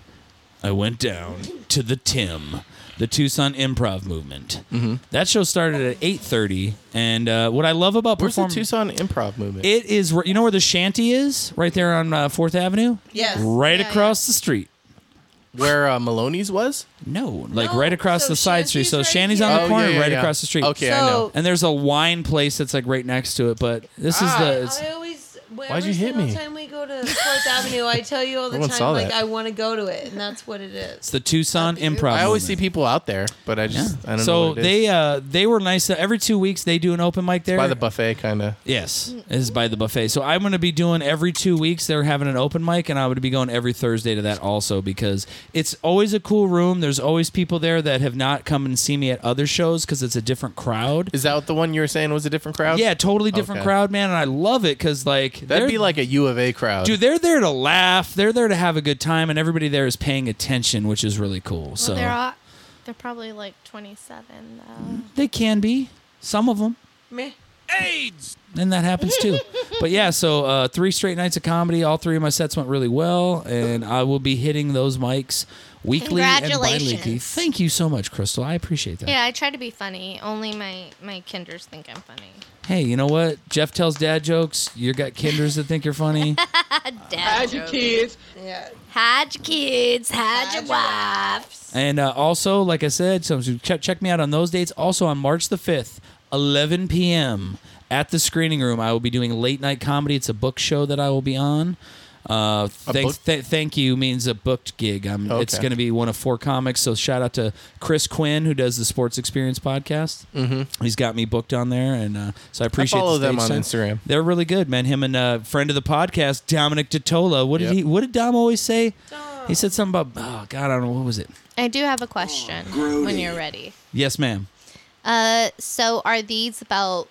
I went down to the Tim, the Tucson Improv Movement. Mm-hmm. That show started at eight thirty, and uh, what I love about
Where's the
performing
Tucson improv movement?
it is where- you know where the shanty is, right there on uh, Fourth Avenue,
Yes.
right
Yeah,
across the street.
Where uh, Maloney's was?
No, like
No,
right across
so
the side street.
Shanty's
So
right
Shanty's
here.
on the
Oh,
corner,
yeah, yeah,
right
yeah.
across the street.
Okay, I
So-
know.
And there's a wine place that's like right next to it, but this is the. It's,
Ah, I always.
Why'd you
every
hit
single
me?
Time we go to Fourth Avenue, I tell you all the
Everyone
time,
saw
like
that.
I want to go to it, and that's what it
it's
is.
the Tucson Improv.
I always see
Movement.
people out there, but I just I don't
so
know. what it is.
they uh, they were nice. Every two weeks they do an open mic there.
by the buffet kind of.
Yes,
Mm-hmm.
is by the buffet. So I'm going to be doing every two weeks. They're having an open mic, and I would be going every Thursday to that also because it's always a cool room. There's always people there that have not come and see me at other shows because it's a different crowd.
Is that the one you were saying was a different crowd?
Yeah, totally different
Okay.
crowd, man, and I love it because like
That'd
they're-
be like a U of A crowd.
dude, they're there to laugh, they're there to have a good time, and everybody there is paying attention, which is really cool. So
they're all, they're probably like 27 though.
they can be some of them.
Meh.
and that happens too. but yeah, so uh, three straight nights of comedy. All three of my sets went really well, and I will be hitting those mics weekly and bi-weekly.
Congratulations.
Thank you so much, Crystal. I appreciate that.
Yeah, I try to be funny. Only my my kinders think I'm funny.
Hey, you know what? Jeff tells dad jokes. You got kinders that think you're funny.
Dad jokes.
kids?
Yeah.
Had your kids, had your wives.
and uh, also, like I said, so check, check me out on those dates. Also on March the 5th, 11 p.m. at the screening room, I will be doing late night comedy. It's a book show that I will be on. Uh, thanks,
book-
th- thank you means a booked gig. I'm, It's
Okay.
going to be one of four comics. So shout out to Chris Quinn who does the Sports Experience podcast. Mm-hmm. He's got me booked on there, and uh, so I appreciate.
follow
the
them
stage
on
time.
Instagram.
They're really good, man. Him and uh, friend of the podcast Dominic Totola. What did
Yep.
he? What did Dom always say? He said something about oh god, I don't know what was it.
I do have a question
Oh,
when you're ready.
Yes, ma'am.
Uh, so are these about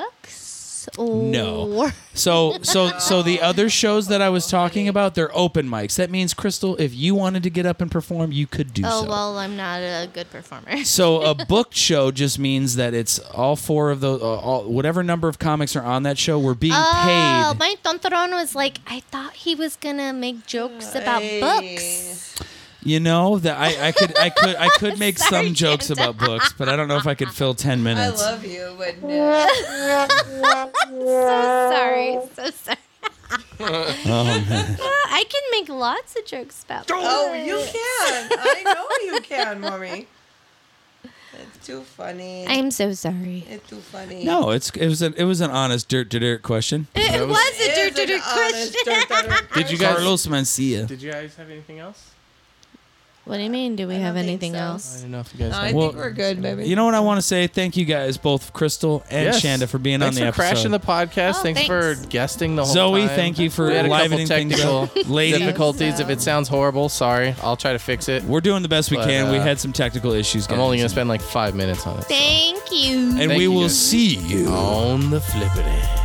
books? Or
No. So so so the other shows that I was talking about, they're open mics. That means Crystal, if you wanted to get up and perform, you could do
Oh
so.
well, I'm not a good performer.
So a booked show just means that it's all four of those, uh, all, whatever number of comics are on that show, we're being
Oh,
paid.
my tontoron was like, I thought he was gonna make jokes about books.
You know that I, I could I could I could make
Sorry,
some jokes
Janda.
about books, but I don't know if I could fill ten
I
minutes.
love you, but no.
So sorry, so sorry.
Oh,
I can make lots of jokes about.
oh, you can. I know you can, mommy. too funny.
I'm so sorry.
it's too funny.
No, it's it was an it was an honest dirt to dirt question.
It was a
It
dirt,
is an
dirt, dirt
honest
question.
dirt, dirt, dirt.
Did you guys?
Carlos Mencia.
Did you guys have anything else?
What do you mean? Do we
I
have
don't think
anything
so.
I
else?
don't know if you guys.
No, I
had-
Well-
think we're good, baby.
You know what I want to say? Thank you guys, both Crystal and
Yes.
Shanda, for being
Thanks
on the
for
episode.
crashing the podcast.
Oh,
thanks, for
thanks.
guesting the whole
Zoe,
time.
thank you for
We had a couple
livening things
technical
up. Lady,
uh,
difficulties. If it sounds horrible, sorry. I'll try to fix it.
we're doing the best we
But,
can. we
uh,
had some technical issues, guys.
I'm only gonna spend like five minutes on it.
Thank you.
and
Thank
we
you,
will
guys.
see you.
On the flippity.